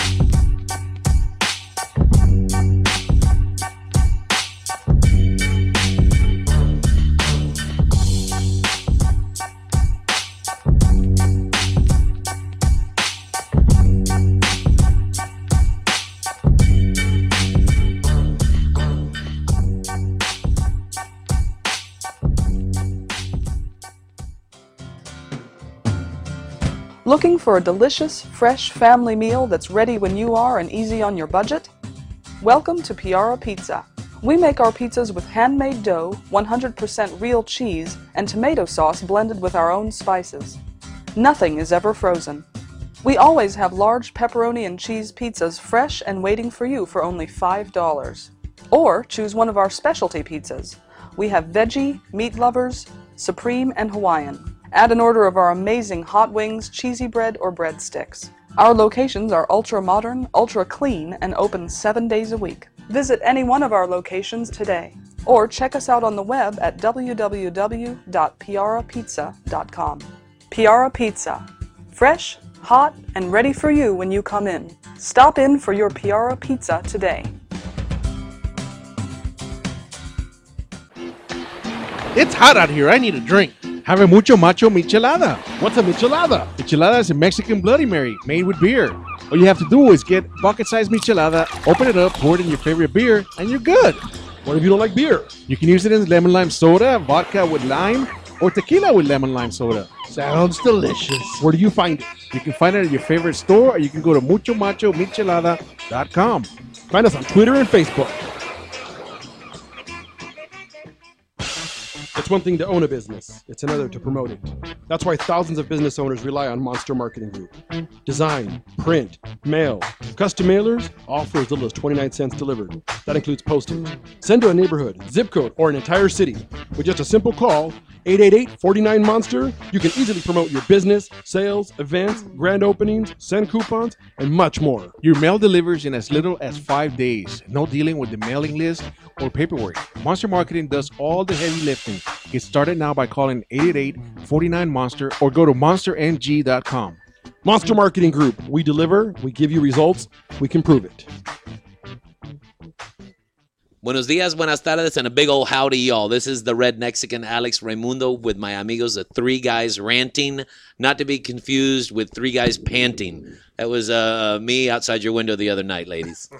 S11: Looking for a delicious, fresh family meal that's ready when you are and easy on your budget? Welcome to Piara Pizza. We make our pizzas with handmade dough, 100% real cheese, and tomato sauce blended with our own spices. Nothing is ever frozen. We always have large pepperoni and cheese pizzas fresh and waiting for you for only $5. Or choose one of our specialty pizzas. We have veggie, meat lovers, supreme, and Hawaiian. Add an order of our amazing hot wings, cheesy bread, or breadsticks. Our locations are ultra modern, ultra clean, and open seven days a week. Visit any one of our locations today, or check us out on the web at www.piarapizza.com. Piara Pizza. Fresh, hot, and ready for you when you come in. Stop in for your Piara Pizza today.
S1: It's hot out here. I need a drink.
S5: Have a mucho macho michelada. What's a michelada? Michelada is a Mexican Bloody Mary made with beer. All you have to do is get bucket-sized michelada, open it up, pour it in your favorite beer, and you're good.
S2: What if you don't like beer?
S5: You can use it in lemon lime soda, vodka with lime, or tequila with lemon lime soda.
S1: Sounds delicious.
S5: Where do you find it? You can find it at your favorite store, or you can go to mucho macho michelada PetersonPizza.com. Find us on Twitter and Facebook.
S2: It's one thing to own a business, it's another to promote it. That's why thousands of business owners rely on Monster Marketing Group. Design, print, mail, custom mailers, all for as little as 29 cents delivered. That includes postage. Send to a neighborhood, zip code, or an entire city. With just a simple call, 888-49-MONSTER, you can easily promote your business, sales, events, grand openings, send coupons, and much more.
S5: Your mail delivers in as little as five days. No dealing with the mailing list or paperwork. Monster Marketing does all the heavy lifting. Get started now by calling 888-49-MONSTER or go to monstermg.com.
S2: Monster Marketing Group. We deliver, we give you results, we can prove it.
S8: Buenos dias, buenas tardes, and a big ol' howdy, y'all. This is the Red Mexican Alex Raimundo with my amigos, the Three Guys Ranting, not to be confused with Three Guys Panting. That was uh, me outside your window the other night, ladies.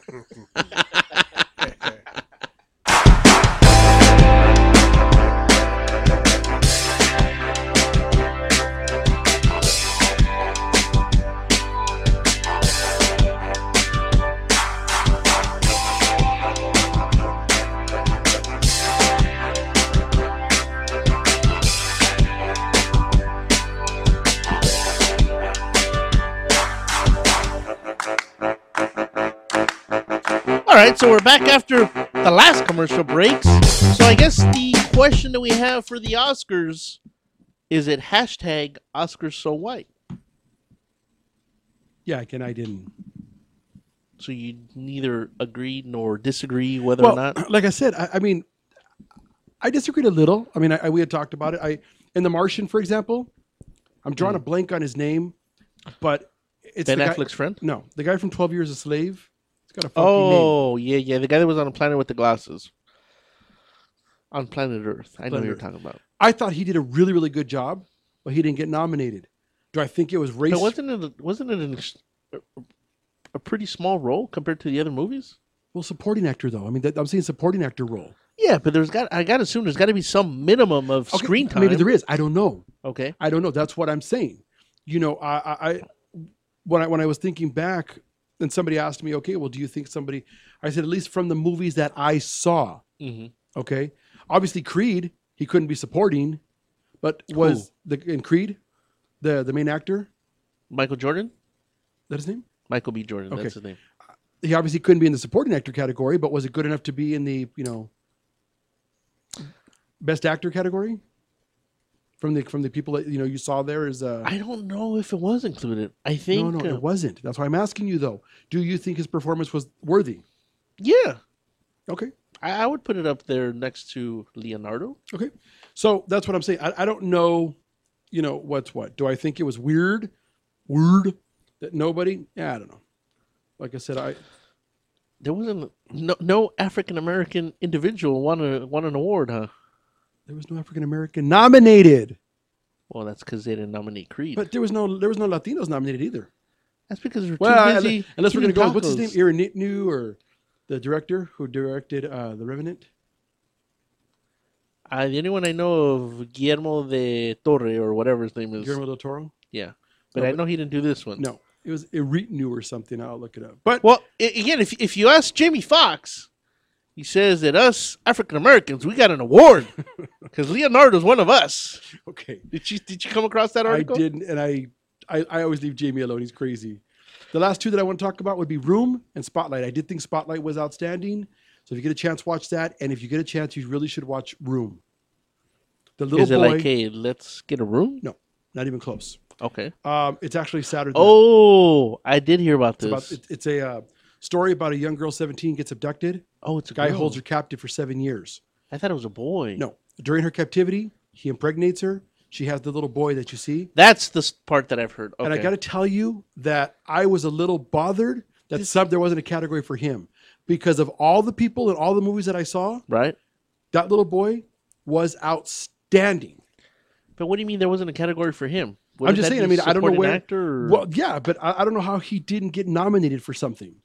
S1: All right, so we're back after the last commercial breaks. So I guess the question that we have for the Oscars is it hashtag Oscars so white?
S2: Yeah, I can. I didn't.
S1: So you neither agree nor disagree whether
S2: well,
S1: or not.
S2: like I said, I, I mean, I disagreed a little. I mean, I, I- we had talked about it. I in The Martian, for example, I'm drawing a blank on his name, but it's
S1: Ben
S2: the guy-
S1: Affleck's friend?
S2: No, the guy from Twelve Years a Slave. It's got a funky name.
S1: Oh yeah, yeah, the guy that was on a planet with the glasses. On planet Earth, I know
S2: Planet
S1: who you're
S2: Earth.
S1: talking about.
S2: I thought he did a really, really good job, but he didn't get nominated. Do I think it was race?
S1: But wasn't it a- wasn't it an, ex- a pretty small role compared to the other movies?
S2: Well, supporting actor though. I mean, that, I'm saying supporting actor role.
S1: Yeah, but there's got I gotta assume there's got to be some minimum of
S2: Okay,
S1: screen time.
S2: Maybe there is. I don't know.
S1: Okay.
S2: I don't know. That's what I'm saying. You know, I, I, I when I when I was thinking back, and somebody asked me, okay, well, do you think somebody? I said at least from the movies that I saw.
S1: Mhm.
S2: Okay. Obviously, Creed he couldn't be supporting, but was the in Creed the the main actor?
S1: Michael Jordan.
S2: That his name?
S1: Michael B. Jordan.
S2: Okay.
S1: That's his name.
S2: He obviously couldn't be in the supporting actor category, but was it good enough to be in the you know best actor category? From the from the people that you know you saw there is uh
S1: I don't know if it was included. I think
S2: no, no,
S1: uh,
S2: it wasn't. That's why I'm asking you though. Do you think his performance was worthy?
S1: Yeah.
S2: Okay.
S1: I, I would put it up there next to Leonardo.
S2: Okay. So that's what I'm saying. I, I don't know, you know, what's what. Do I think it was weird? Weird that nobody? Yeah, I don't know. Like I said, I
S1: There wasn't no no African American individual won a won an award, huh?
S2: there was no African American nominated,
S1: Well, that's because they didn't nominate Creed.
S2: but there was no there was no Latinos nominated either.
S1: that's because they're
S2: Well,
S1: too busy.
S2: unless, unless we're gonna
S1: eating
S2: go, what's his
S1: tacos.
S2: name? Irinitnu or the director who directed uh, The Revenant?
S1: Uh, the only one I know of Guillermo de Torre or whatever his name is.
S2: Guillermo del Toro.
S1: Yeah, but
S2: No,
S1: I
S2: but-
S1: know he didn't do this one.
S2: No, it was Irinitnu or something. I'll look it up. But
S1: well, a- again, if if you ask Jamie Foxx, he says that us African Americans we got an award because Leonardo's one of us.
S2: Okay.
S1: Did you did you come across that article?
S2: I didn't, and I, I, I always leave Jamie alone. He's crazy. The last two that I want to talk about would be Room and Spotlight. I did think Spotlight was outstanding. So if you get a chance, watch that. And if you get a chance, you really should watch Room. The little
S1: Is it
S2: boy,
S1: like, hey, let's get a room?
S2: No, not even close.
S1: Okay.
S2: Um, it's actually Saturday. night.
S1: Oh, I did hear about
S2: it's
S1: this.
S2: about it, it's a uh, story about a young girl, seventeen, gets abducted.
S1: Oh, it's a
S2: guy
S1: girl.
S2: holds her captive for seven years.
S1: I thought it was a boy.
S2: No, during her captivity, he impregnates her. She has the little boy that you see.
S1: That's the s- part that I've heard. Okay.
S2: And I got to tell you that I was a little bothered that sub there wasn't a category for him because of all the people and all the movies that I saw,
S1: right.
S2: that little boy was outstanding.
S1: But what do you mean there wasn't a category for him?
S2: I'm
S1: Wouldn't
S2: just
S1: that
S2: saying. I
S1: be
S2: mean, I don't know
S1: supporting
S2: where.
S1: Actor or-
S2: Well, yeah, but I, I don't know how he didn't get nominated for something.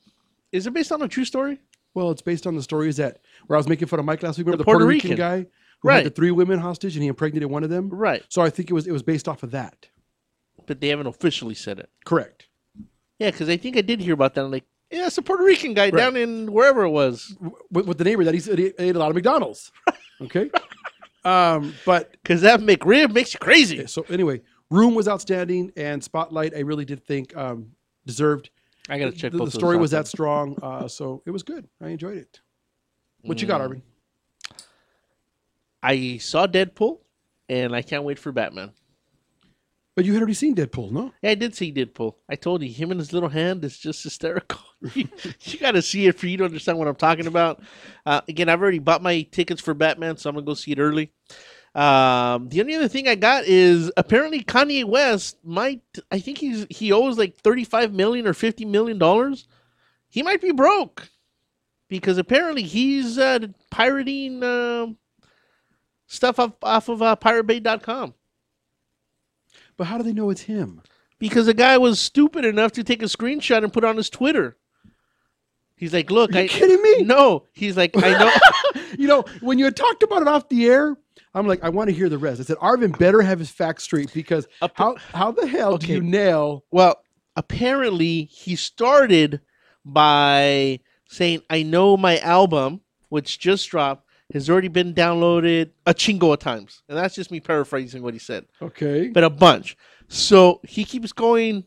S1: Is it based on a true story?
S2: Well, it's based on the stories that where I was making fun of Mike last week. Remember the,
S1: Puerto
S2: Puerto, Rican,
S1: Rican.
S2: guy who
S1: Right.
S2: had the three women hostage and he impregnated one of them.
S1: Right.
S2: So I think it was it was based off of that.
S1: But they haven't officially said it.
S2: Correct.
S1: Yeah, because I think I did hear about that. I'm like, Yeah, it's a Puerto Rican guy down in wherever it was
S2: with, with the neighbor that he's, he ate a lot of McDonald's. Okay, um, but
S1: because that McRib makes you crazy.
S2: So anyway, Room was outstanding, and Spotlight I really did think um, deserved.
S1: I gotta check
S2: The,
S1: both
S2: the
S1: of those
S2: story
S1: out
S2: was
S1: then.
S2: that strong, uh, so it was good. I enjoyed it. What you got,
S1: Mm.
S2: Arvin?
S1: I saw Deadpool, and I can't wait for Batman.
S2: But you had already seen Deadpool, no?
S1: Yeah, I did see Deadpool. I told you, him and his little hand is just hysterical. you got to see it for you to understand what I'm talking about. Uh, again, I've already bought my tickets for Batman, so I'm gonna go see it early. Um, the only other thing I got is apparently Kanye West might. I think he's he owes like 35 million or 50 million dollars. He might be broke because apparently he's uh, pirating uh, stuff off, off of uh, piratebay.com.
S2: But how do they know it's him?
S1: Because the guy was stupid enough to take a screenshot and put it on his Twitter. He's like, look, I kidding me? No, he's like, I know.
S2: you know, when you had talked about it off the air, I'm like, I want to hear the rest. I said, Arvin better have his facts straight because how how the hell do you nail?
S1: Well, apparently he started by saying, I know my album, which just dropped, has already been downloaded a chingo of times. And that's just me paraphrasing what he said.
S2: Okay.
S1: But a bunch. So he keeps going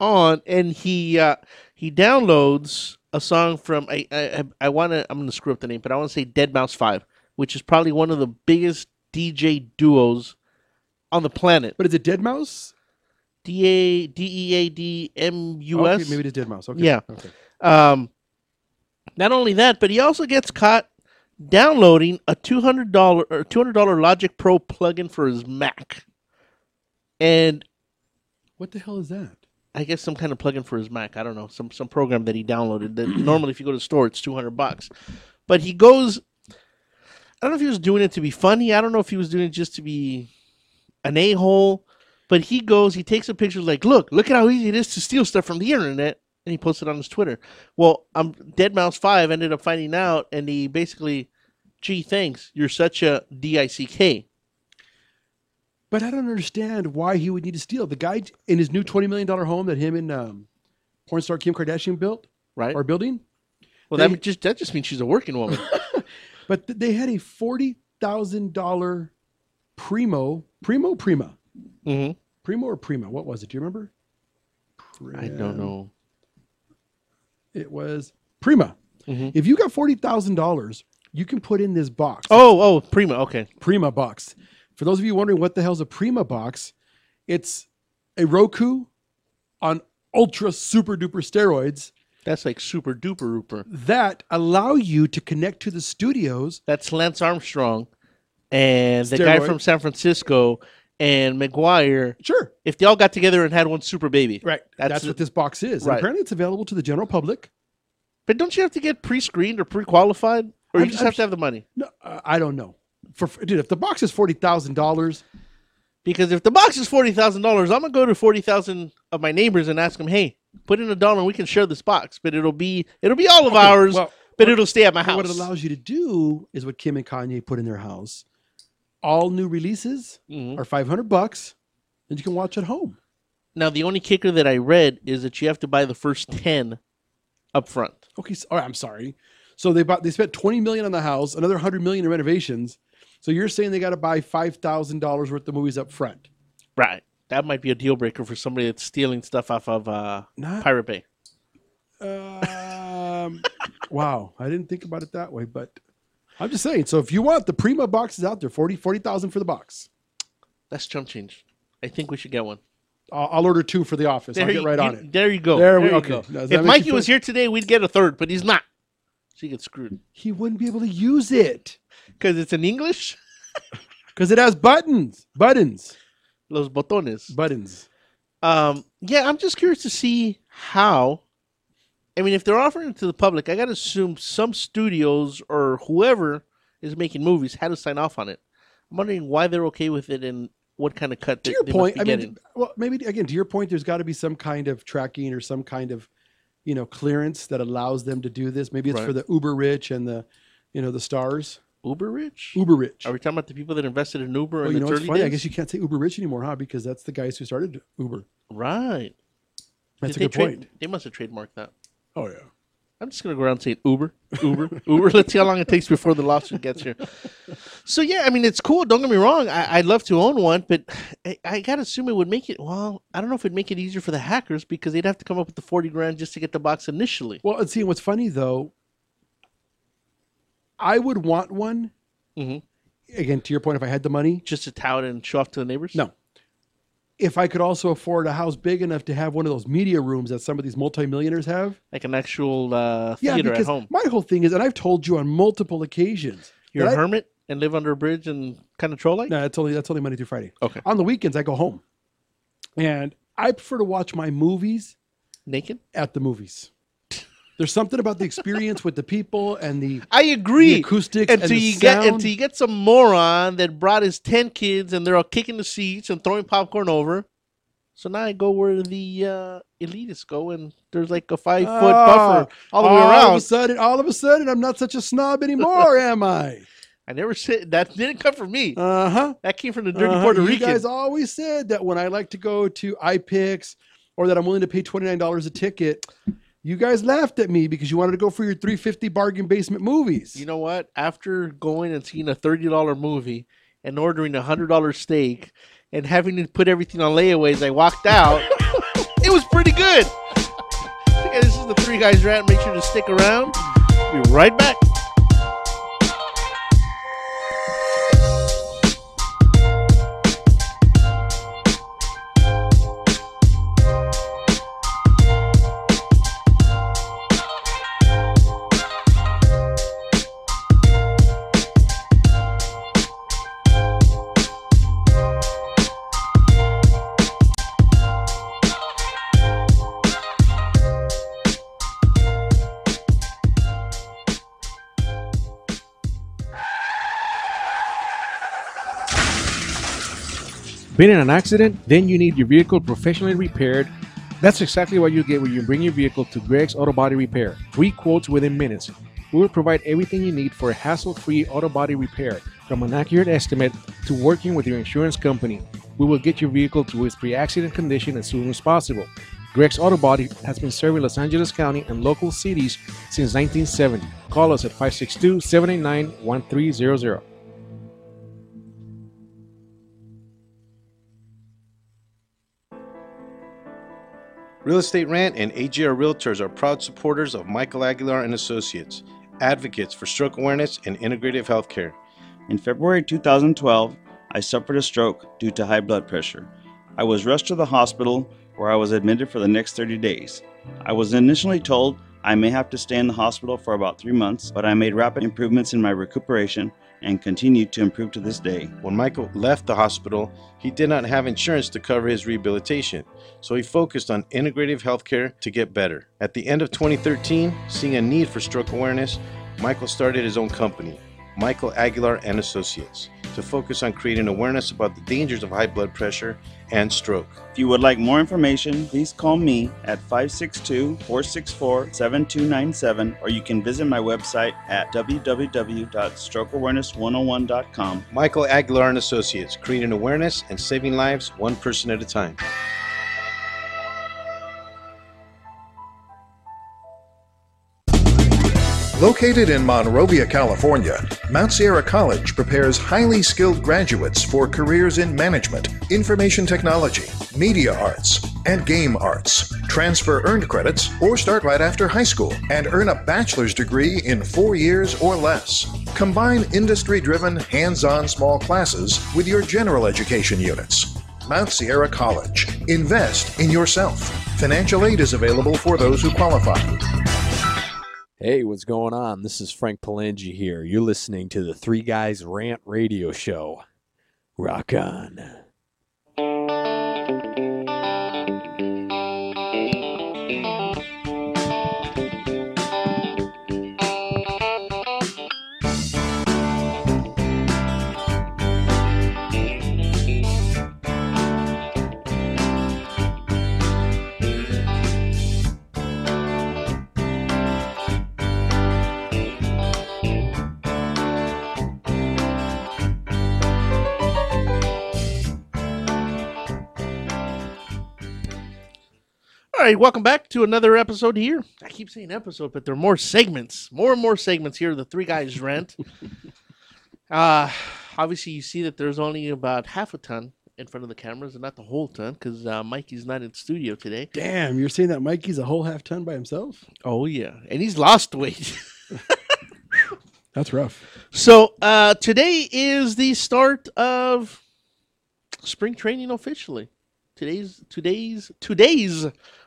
S1: on and he uh, he downloads a song from I I, I want to I'm going to screw up the name, but I want to say Dead Mouse 5, which is probably one of the biggest DJ duos on the planet.
S2: But is it Dead Mouse?
S1: D A D E A D M U S.
S2: Okay, maybe it is Dead Mouse. Okay.
S1: Yeah.
S2: Okay.
S1: Um, not only that, but he also gets caught downloading a two hundred dollar or two hundred dollar Logic Pro plugin for his Mac, and
S2: What the hell is that?
S1: I guess some kind of plugin for his Mac. I don't know some some program that he downloaded. That normally, if you go to the store, it's two hundred bucks, but he goes. I don't know if he was doing it to be funny. I don't know if he was doing it just to be an a hole, but he goes. He takes a picture like, look, look at how easy it is to steal stuff from the internet, and he posts it on his Twitter. Well, um, Dead Mouse Five ended up finding out, and he basically, gee, thanks, you're such a dick.
S2: But I don't understand why he would need to steal. The guy in his new twenty million dollar home that him and um, porn star Kim Kardashian built,
S1: right?
S2: Or building.
S1: Well,
S2: They-
S1: that just that just means she's a working woman.
S2: But th- they had a forty thousand dollar primo, primo, prima,
S1: mm-hmm.
S2: primo or prima. What was it? Do you remember?
S1: I don't know.
S2: It was prima.
S1: Mhm.
S2: If you got forty thousand dollars, you can put in this box.
S1: Oh, oh, prima. Okay,
S2: prima box. For those of you wondering what the hell's a prima box, it's a Roku on ultra super duper steroids.
S1: That's like super duper duper.
S2: That allow you to connect to the studios.
S1: That's Lance Armstrong and the guy
S2: Steroid.
S1: from San Francisco and McGuire.
S2: Sure.
S1: If they all got together and had one super baby.
S2: Right. That's, what this box is. And
S1: Right.
S2: apparently, it's available to the general public.
S1: But don't you have to get pre-screened or pre-qualified, or you
S2: I'm-
S1: just
S2: I'm
S1: have to have the money?
S2: No, uh, I don't know. For for- dude, if the box is forty thousand dollars,
S1: Because if the box is forty thousand dollars, I'm gonna go to forty thousand of my neighbors and ask them, "Hey, put in a dollar and we can share this box." But it'll be it'll be all of ours, but it'll stay at my house.
S2: what it allows you to do is what Kim and Kanye put in their house. All new releases
S1: Mm-hmm.
S2: are five hundred bucks, and you can watch at home.
S1: now the only kicker that I read is that you have to buy the first ten up front.
S2: Okay, so, all right, I'm sorry. So they bought they spent 20 million on the house, another 100 million in renovations. So you're saying they got to buy $5,000 worth of movies up front.
S1: Right. That might be a deal breaker for somebody that's stealing stuff off of uh,
S2: Not-
S1: Pirate Bay.
S2: Um, wow, I didn't think about it that way, but I'm just saying. So if you want the Prima box is out there, 40 40,000 for the box.
S1: That's chump change. I think we should get one.
S2: I'll, I'll order two for the office. I'll
S1: There
S2: get
S1: you-
S2: right on
S1: you-
S2: it.
S1: There you go.
S2: There, we
S1: you
S2: okay.
S1: go.
S2: Now, does
S1: if
S2: that make you
S1: Mikey
S2: feel-
S1: was here today, we'd get a third, but he's not. So you get screwed.
S2: he wouldn't be able to use it
S1: because it's in English.
S2: Because it has buttons, buttons,
S1: Los botones.
S2: buttons.
S1: Um, yeah, I'm just curious to see how. I mean, if they're offering it to the public, I got to assume some studios or whoever is making movies had to sign off on it. I'm wondering why they're okay with it and what kind of cut.
S2: to
S1: they-
S2: your
S1: they must
S2: point,
S1: be
S2: I mean,
S1: getting.
S2: well, maybe again, to your point, there's got to be some kind of tracking or some kind of, you know, clearance that allows them to do this. Maybe it's for
S1: Right.
S2: the uber rich and the, you know, the stars.
S1: Uber rich.
S2: Uber rich.
S1: Are we talking about the people that invested in Uber
S2: Oh,
S1: in
S2: you
S1: the
S2: know, it's
S1: early
S2: funny. I
S1: days?
S2: guess you can't say uber rich anymore, huh? Because that's the guys who started Uber.
S1: Right.
S2: That's
S1: Did
S2: a
S1: they
S2: good
S1: trade-
S2: point.
S1: They must have trademarked that.
S2: Oh yeah.
S1: I'm just gonna go around saying Uber, Uber, Uber. Let's see how long it takes before the lawsuit gets here. So yeah, I mean it's cool. Don't get me wrong. I, I'd love to own one, but I, I gotta assume it would make it. Well, I don't know if it'd make it easier for the hackers because they'd have to come up with the forty grand just to get the box initially.
S2: Well, and see, what's funny though, I would want one.
S1: Mm-hmm.
S2: Again, to your point, if I had the money,
S1: just to tout it and show off to the neighbors.
S2: No, if I could also afford a house big enough to have one of those media rooms that some of these multimillionaires have,
S1: Like an actual uh,
S2: yeah.
S1: theater
S2: Because
S1: at home.
S2: my whole thing is, and I've told you on multiple occasions,
S1: You're a
S2: that I-
S1: hermit and live under a bridge and kind of troll like.
S2: No, that's only that's only Monday through Friday.
S1: Okay.
S2: On the weekends, I go home, and I prefer to watch my movies
S1: naked
S2: at the movies. There's something about the experience with the people and the
S1: I agree.
S2: the acoustics and,
S1: until
S2: the
S1: you
S2: sound.
S1: get until you get some moron that brought his ten kids and they're all kicking the seats and throwing popcorn over. So now I go where the uh, elitists go, and there's like a five foot buffer all the way
S2: Ah, All of a
S1: around.
S2: sudden, all of a sudden, I'm not such a snob anymore, am I?
S1: I never said that didn't come from me.
S2: Uh huh.
S1: That came from the dirty
S2: Uh-huh.
S1: Puerto
S2: you
S1: Rican.
S2: guys always said that when I like to go to iPix or that I'm willing to pay twenty nine dollars a ticket, you guys laughed at me because you wanted to go for your three fifty bargain basement movies.
S1: you know what? After going and seeing a thirty dollar movie and ordering a hundred dollar steak and having to put everything on layaways, I walked out. it was pretty good. Okay, this is the three guys rant. Make sure to stick around. Be right back.
S5: Been in an accident? Then you need your vehicle professionally repaired. That's exactly what you get when you bring your vehicle to Greg's Auto Body Repair. Free quotes within minutes. We will provide everything you need for a hassle free auto body repair, from an accurate estimate to working with your insurance company. We will get your vehicle to its pre accident condition as soon as possible. Greg's Auto Body has been serving Los Angeles County and local cities since 1970. Call us at 562 789 1300.
S12: Real Estate Rant and AGR Realtors are proud supporters of Michael Aguilar and Associates, advocates for stroke awareness and integrative healthcare.
S4: In February 2012, I suffered a stroke due to high blood pressure. I was rushed to the hospital where I was admitted for the next 30 days. I was initially told I may have to stay in the hospital for about three months, but I made rapid improvements in my recuperation and continued to improve to this day.
S12: When Michael left the hospital, he did not have insurance to cover his rehabilitation, so he focused on integrative healthcare to get better. At the end of 2013, seeing a need for stroke awareness, Michael started his own company, Michael Aguilar and Associates, to focus on creating awareness about the dangers of high blood pressure and stroke.
S4: If you would like more information, please call me at 562 464 7297 or you can visit my website at www.strokeawareness101.com.
S12: Michael Aguilar and Associates, creating awareness and saving lives one person at a time.
S13: Located in Monrovia, California, Mount Sierra College prepares highly skilled graduates for careers in management, information technology, media arts, and game arts. Transfer earned credits or start right after high school and earn a bachelor's degree in four years or less. Combine industry driven, hands on small classes with your general education units. Mount Sierra College. Invest in yourself. Financial aid is available for those who qualify.
S14: Hey, what's going on? This is Frank Palangi here. You're listening to the Three Guys Rant Radio Show. Rock on.
S1: All right, welcome back to another episode here. I keep saying episode, but there are more segments, more and more segments here. The three guys rent. uh obviously you see that there's only about half a ton in front of the cameras, and not the whole ton, because uh, Mikey's not in studio today.
S2: Damn, you're saying that Mikey's a whole half ton by himself?
S1: Oh yeah, and he's lost weight.
S2: That's rough.
S1: So uh, today is the start of spring training officially. Today's today's today's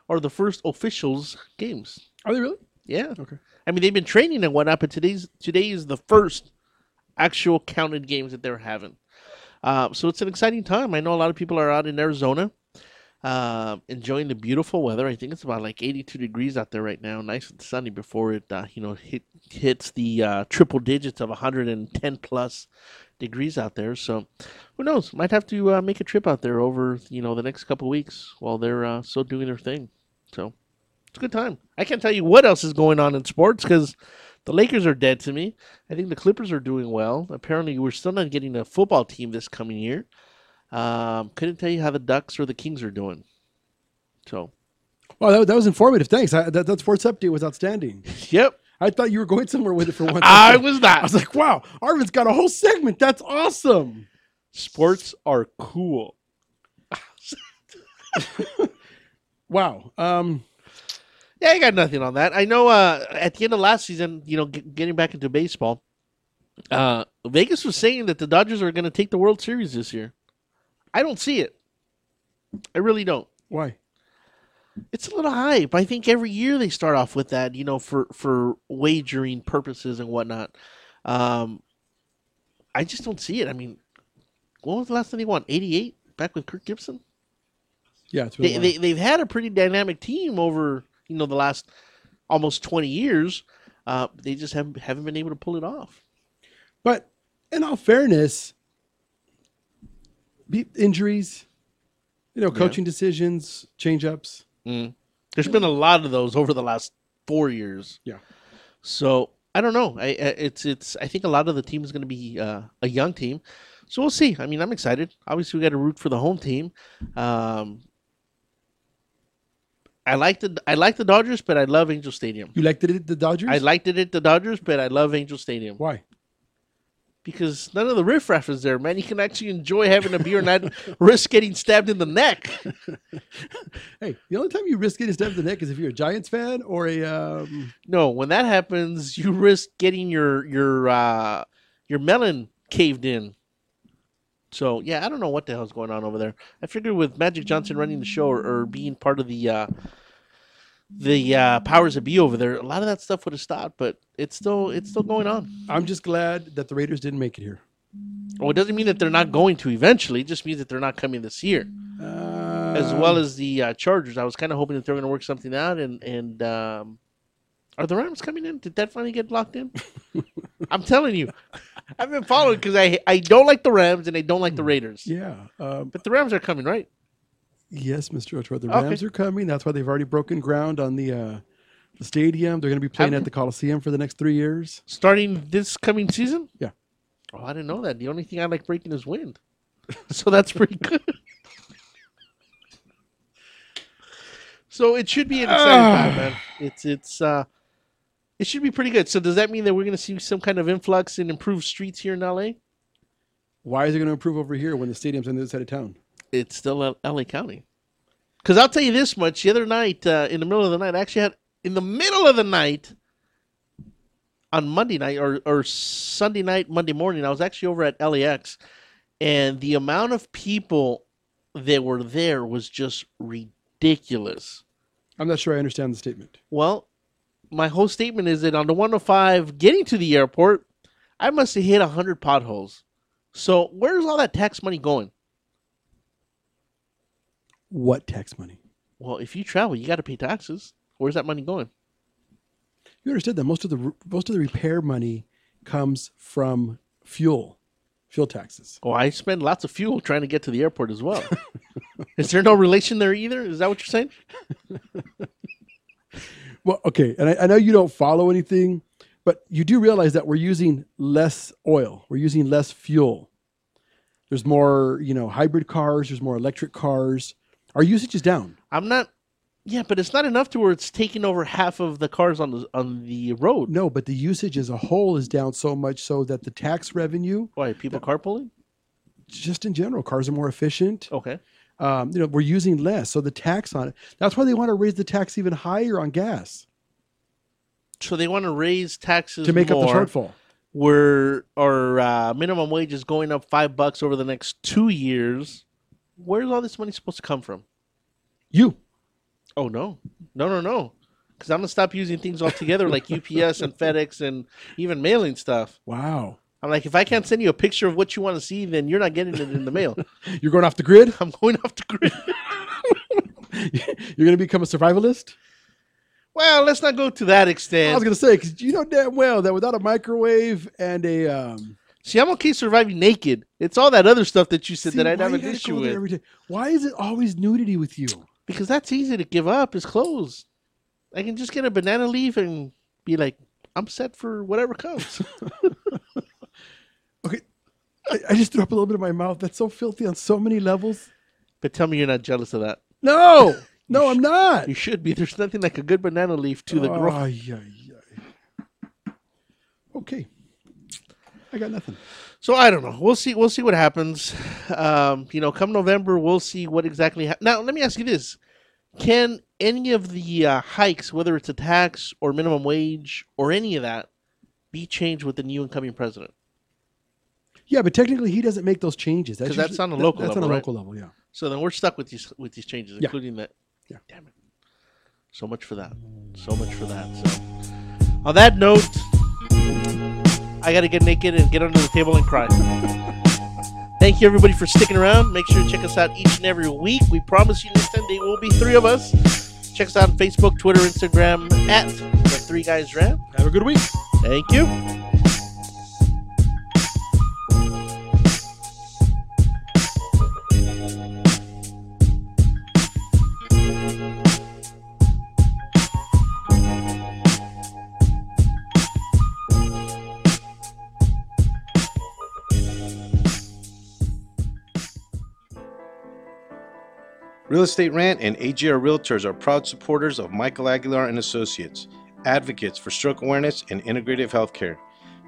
S1: are the first officials games.
S2: Are they really?
S1: Yeah. Okay. I mean, they've been training and whatnot, but today's today is the first actual counted games that they're having. Uh, so it's an exciting time. I know a lot of people are out in Arizona, uh, enjoying the beautiful weather. I think it's about like 82 degrees out there right now, nice and sunny before it, uh, you know, hit, hits the uh, triple digits of 110 plus degrees out there. So who knows? Might have to uh, make a trip out there over, you know, the next couple weeks while they're uh, still doing their thing. So it's a good time. I can't tell you what else is going on in sports because the Lakers are dead to me. I think the Clippers are doing well. Apparently, we're still not getting a football team this coming year. Um, couldn't tell you how the Ducks or the Kings are doing. So
S2: Well, Oh, that, that was informative. Thanks. I, that, that sports update was outstanding.
S1: Yep.
S2: I thought you were going somewhere with it for once.
S1: I was not.
S2: I was like, wow, Arvin's got a whole segment. That's awesome.
S1: Sports are cool.
S2: wow. Um,
S1: yeah, I got nothing on that. I know uh, at the end of last season, you know, g- getting back into baseball, uh, Vegas was saying that the Dodgers are going to take the World Series this year. I don't see it. I really don't.
S2: Why?
S1: It's a little hype. I think every year they start off with that, you know, for for wagering purposes and whatnot. Um, I just don't see it. I mean, when was the last time they won? Eighty eight, back with Kirk Gibson.
S2: yeah, it's
S1: They,
S2: really
S1: they they've had a pretty dynamic team over you know the last almost twenty years. Uh, they just haven't haven't been able to pull it off.
S2: But in all fairness, be, injuries, you know,
S1: Yeah.
S2: coaching decisions, change ups.
S1: Mm. There's been a lot of those over the last four years.
S2: Yeah.
S1: So I don't know. I I- it's it's. I think a lot of the team is going to be uh, a young team, so we'll see. I mean, I'm excited. Obviously, we got to root for the home team. Um, I like the I like the Dodgers, but I love Angel Stadium.
S2: You liked it at the Dodgers?
S1: I liked it at the Dodgers, but I love Angel Stadium.
S2: Why?
S1: Because none of the riffraff is there, man. You can actually enjoy having a beer and not risk getting stabbed in the neck.
S2: hey, the only time you risk getting stabbed in the neck is if you're a Giants fan or a. Um,
S1: No, when that happens, you risk getting your your uh, your melon caved in. So yeah, I don't know what the hell's going on over there. I figured with Magic Johnson running the show or, or being part of the uh, the uh, powers that be over there, a lot of that stuff would have stopped. But it's still it's still going on.
S2: I'm just glad that the Raiders didn't make it here.
S1: Well, it doesn't mean that they're not going to eventually. It just means that they're not coming this year. as well
S2: Um,
S1: as the uh, Chargers, I was kind of hoping that they're going to work something out. And and um, are the Rams coming in? Did that finally get locked in? I'm telling you, I've been following because I I don't like the Rams and I don't like the Raiders.
S2: Yeah,
S1: Hmm.
S2: um,
S1: but the Rams are coming, right?
S2: Yes, Mr. Ochoa. The
S1: Okay.
S2: Rams are coming. That's why they've already broken ground on the uh, the stadium. They're going to be playing
S1: Have
S2: at the Coliseum for the next three years.
S1: Starting this coming season.
S2: Yeah.
S1: Oh, I didn't know that. The only thing I like breaking is wind, so that's pretty good. so it should be an exciting time, man. It's it's uh, it should be pretty good. So does that mean that we're going to see some kind of influx in improved streets here in LA?
S2: Why is it going to improve over here when the stadium's on the other side of town?
S1: It's still L- LA County. Because I'll tell you this much: the other night, uh, in the middle of the night, I actually had in the middle of the night on Monday night or or Sunday night, Monday morning, I was actually over at LAX, and the amount of people that were there was just ridiculous.
S2: I'm not sure I understand the statement.
S1: Well, my whole statement is that on the 105 getting to the airport, I must have hit 100 potholes. So where's all that tax money going?
S2: What tax money?
S1: Well, if you travel, you got to pay taxes. Where's that money going?
S2: You understood that most of the most of the repair money comes from fuel, fuel taxes.
S1: Oh, I spend lots of fuel trying to get to the airport as well. Is there no relation there either? Is that what you're saying?
S2: Well, okay, and I, I know you don't follow anything, but you do realize that we're using less oil, we're using less fuel. There's more, you know, hybrid cars. There's more electric cars. Our usage is down.
S1: I'm not Yeah, but it's not enough to where it's taking over half of the cars on the on the road.
S2: No, but the usage as a whole is down so much so that the tax revenue.
S1: Why people carpooling?
S2: Just in general, cars are more efficient.
S1: Okay.
S2: Um, you know, we're using less, so the tax on it. That's why they want to raise the tax even higher on gas
S1: So they want to raise taxes
S2: to make
S1: more,
S2: up the shortfall.
S1: Where our uh, minimum wage is going up five bucks over the next two years. Where's all this money supposed to come from?
S2: You.
S1: Oh no, no, no, no! Because I'm gonna stop using things altogether like UPS and FedEx and even mailing stuff.
S2: Wow.
S1: I'm like, if I can't send you a picture of what you want to see, then you're not getting it in the mail.
S2: You're going off the grid.
S1: I'm going off the grid.
S2: You're going to become a survivalist.
S1: Well, let's not go to that extent.
S2: I was going to say because you know damn well that without a microwave and a um,
S1: See, I'm okay surviving naked. It's all that other stuff that you said
S2: See,
S1: that I'd
S2: why
S1: have
S2: you
S1: an
S2: gotta go
S1: issue
S2: there
S1: with.
S2: every day? Why is it always nudity with you?
S1: Because that's easy to give up is clothes. I can just get a banana leaf and be like, I'm set for whatever comes.
S2: I, I just threw up a little bit in my mouth. That's so filthy on so many levels.
S1: but tell me you're not jealous of that.
S2: No, no, I'm not.
S1: You should be. There's nothing like a good banana leaf to the
S2: Oh,
S1: groin.
S2: yeah, Okay. I got nothing.
S1: So I don't know. We'll see. We'll see what happens. Um, you know, come November, we'll see what exactly. hap now, let me ask you this: Can any of the uh, hikes, whether it's a tax or minimum wage or any of that, be changed with the new incoming president?
S2: Yeah, but technically he doesn't make those changes.
S1: Because that's
S2: usually-
S1: on a
S2: that-
S1: local
S2: That's
S1: level.
S2: on a
S1: right?
S2: local level, yeah.
S1: So then we're stuck with these with these changes,
S2: Yeah.
S1: including that.
S2: Yeah.
S1: Damn it. So much for that. So much for that. So on that note, I gotta get naked and get under the table and cry. Thank you everybody for sticking around. Make sure to check us out each and every week. We promise you next time there will be three of us. Check us out on Facebook, Twitter, Instagram at the Three Guys Rant.
S2: Have a good week.
S1: Thank you.
S12: Real Estate Rant and AGR Realtors are proud supporters of Michael Aguilar and Associates, advocates for stroke awareness and integrative healthcare.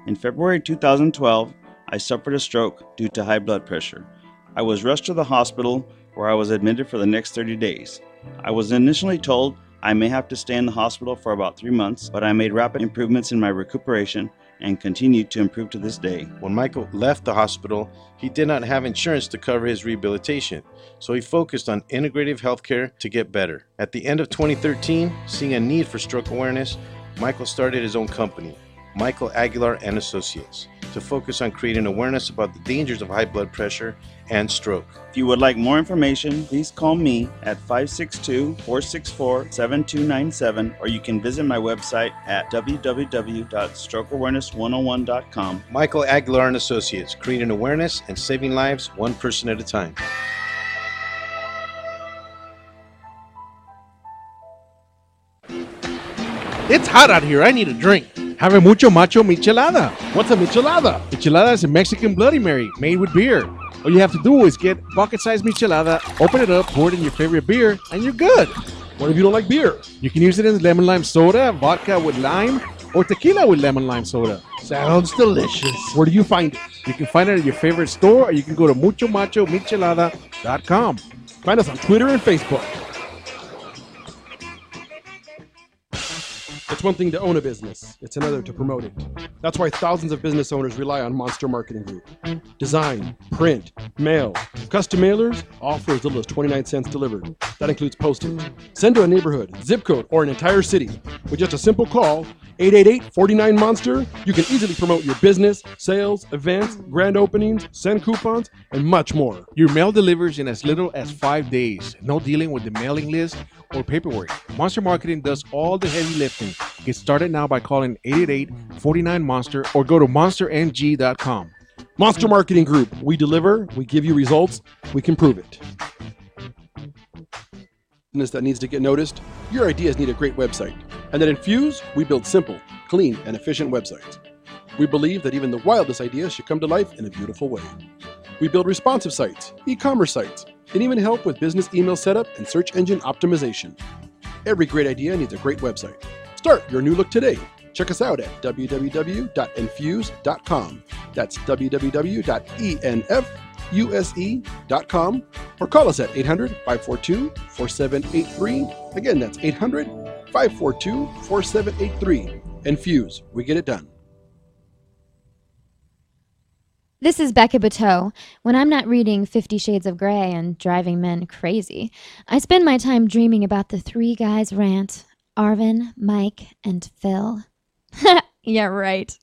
S4: In February 2012, I suffered a stroke due to high blood pressure. I was rushed to the hospital where I was admitted for the next 30 days. I was initially told I may have to stay in the hospital for about three months, but I made rapid improvements in my recuperation and continue to improve to this day.
S12: When Michael left the hospital, he did not have insurance to cover his rehabilitation, so he focused on integrative healthcare to get better. At the end of 2013, seeing a need for stroke awareness, Michael started his own company, Michael Aguilar and Associates, to focus on creating awareness about the dangers of high blood pressure and stroke.
S4: If you would like more information, please call me at 562 464 7297 or you can visit my website at www.strokeawareness101.com.
S12: Michael Aguilar and Associates, creating awareness and saving lives one person at a time.
S1: It's hot out here. I need a drink.
S5: Have a mucho macho michelada. What's a michelada? Michelada is a Mexican Bloody Mary made with beer. All you have to do is get bucket-sized michelada, open it up, pour it in your favorite beer, and you're good. What if you don't like beer? You can use it in lemon lime soda, vodka with lime, or tequila with lemon lime soda. Sounds delicious. Where do you find it? You can find it at your favorite store, or you can go to muchomachomichelada.com. Find us on Twitter and Facebook.
S2: It's one thing to own a business, it's another to promote it. That's why thousands of business owners rely on Monster Marketing Group. Design, print, mail, custom mailers, all for as little as 29 cents delivered. That includes postage. Send to a neighborhood, zip code, or an entire city. With just a simple call, 888 49 Monster, you can easily promote your business, sales, events, grand openings, send coupons, and much more.
S5: Your mail delivers in as little as five days. No dealing with the mailing list or paperwork. Monster Marketing does all the heavy lifting. Get started now by calling 888-49-MONSTER or go to monsterng.com.
S2: Monster Marketing Group. We deliver, we give you results, we can prove it. Business that needs to get noticed, your ideas need a great website. And at Infuse, we build simple, clean, and efficient websites. We believe that even the wildest ideas should come to life in a beautiful way. We build responsive sites, e commerce sites, and even help with business email setup and search engine optimization. Every great idea needs a great website. Start your new look today. Check us out at www.infuse.com. That's E www.enfuse.com E or call us at 800 542 4783. Again, that's 800 542 4783. Infuse, we get it done.
S7: This is Becca Bateau. When I'm not reading Fifty Shades of Grey and driving men crazy, I spend my time dreaming about the three guys rant Arvin, Mike, and Phil. yeah, right.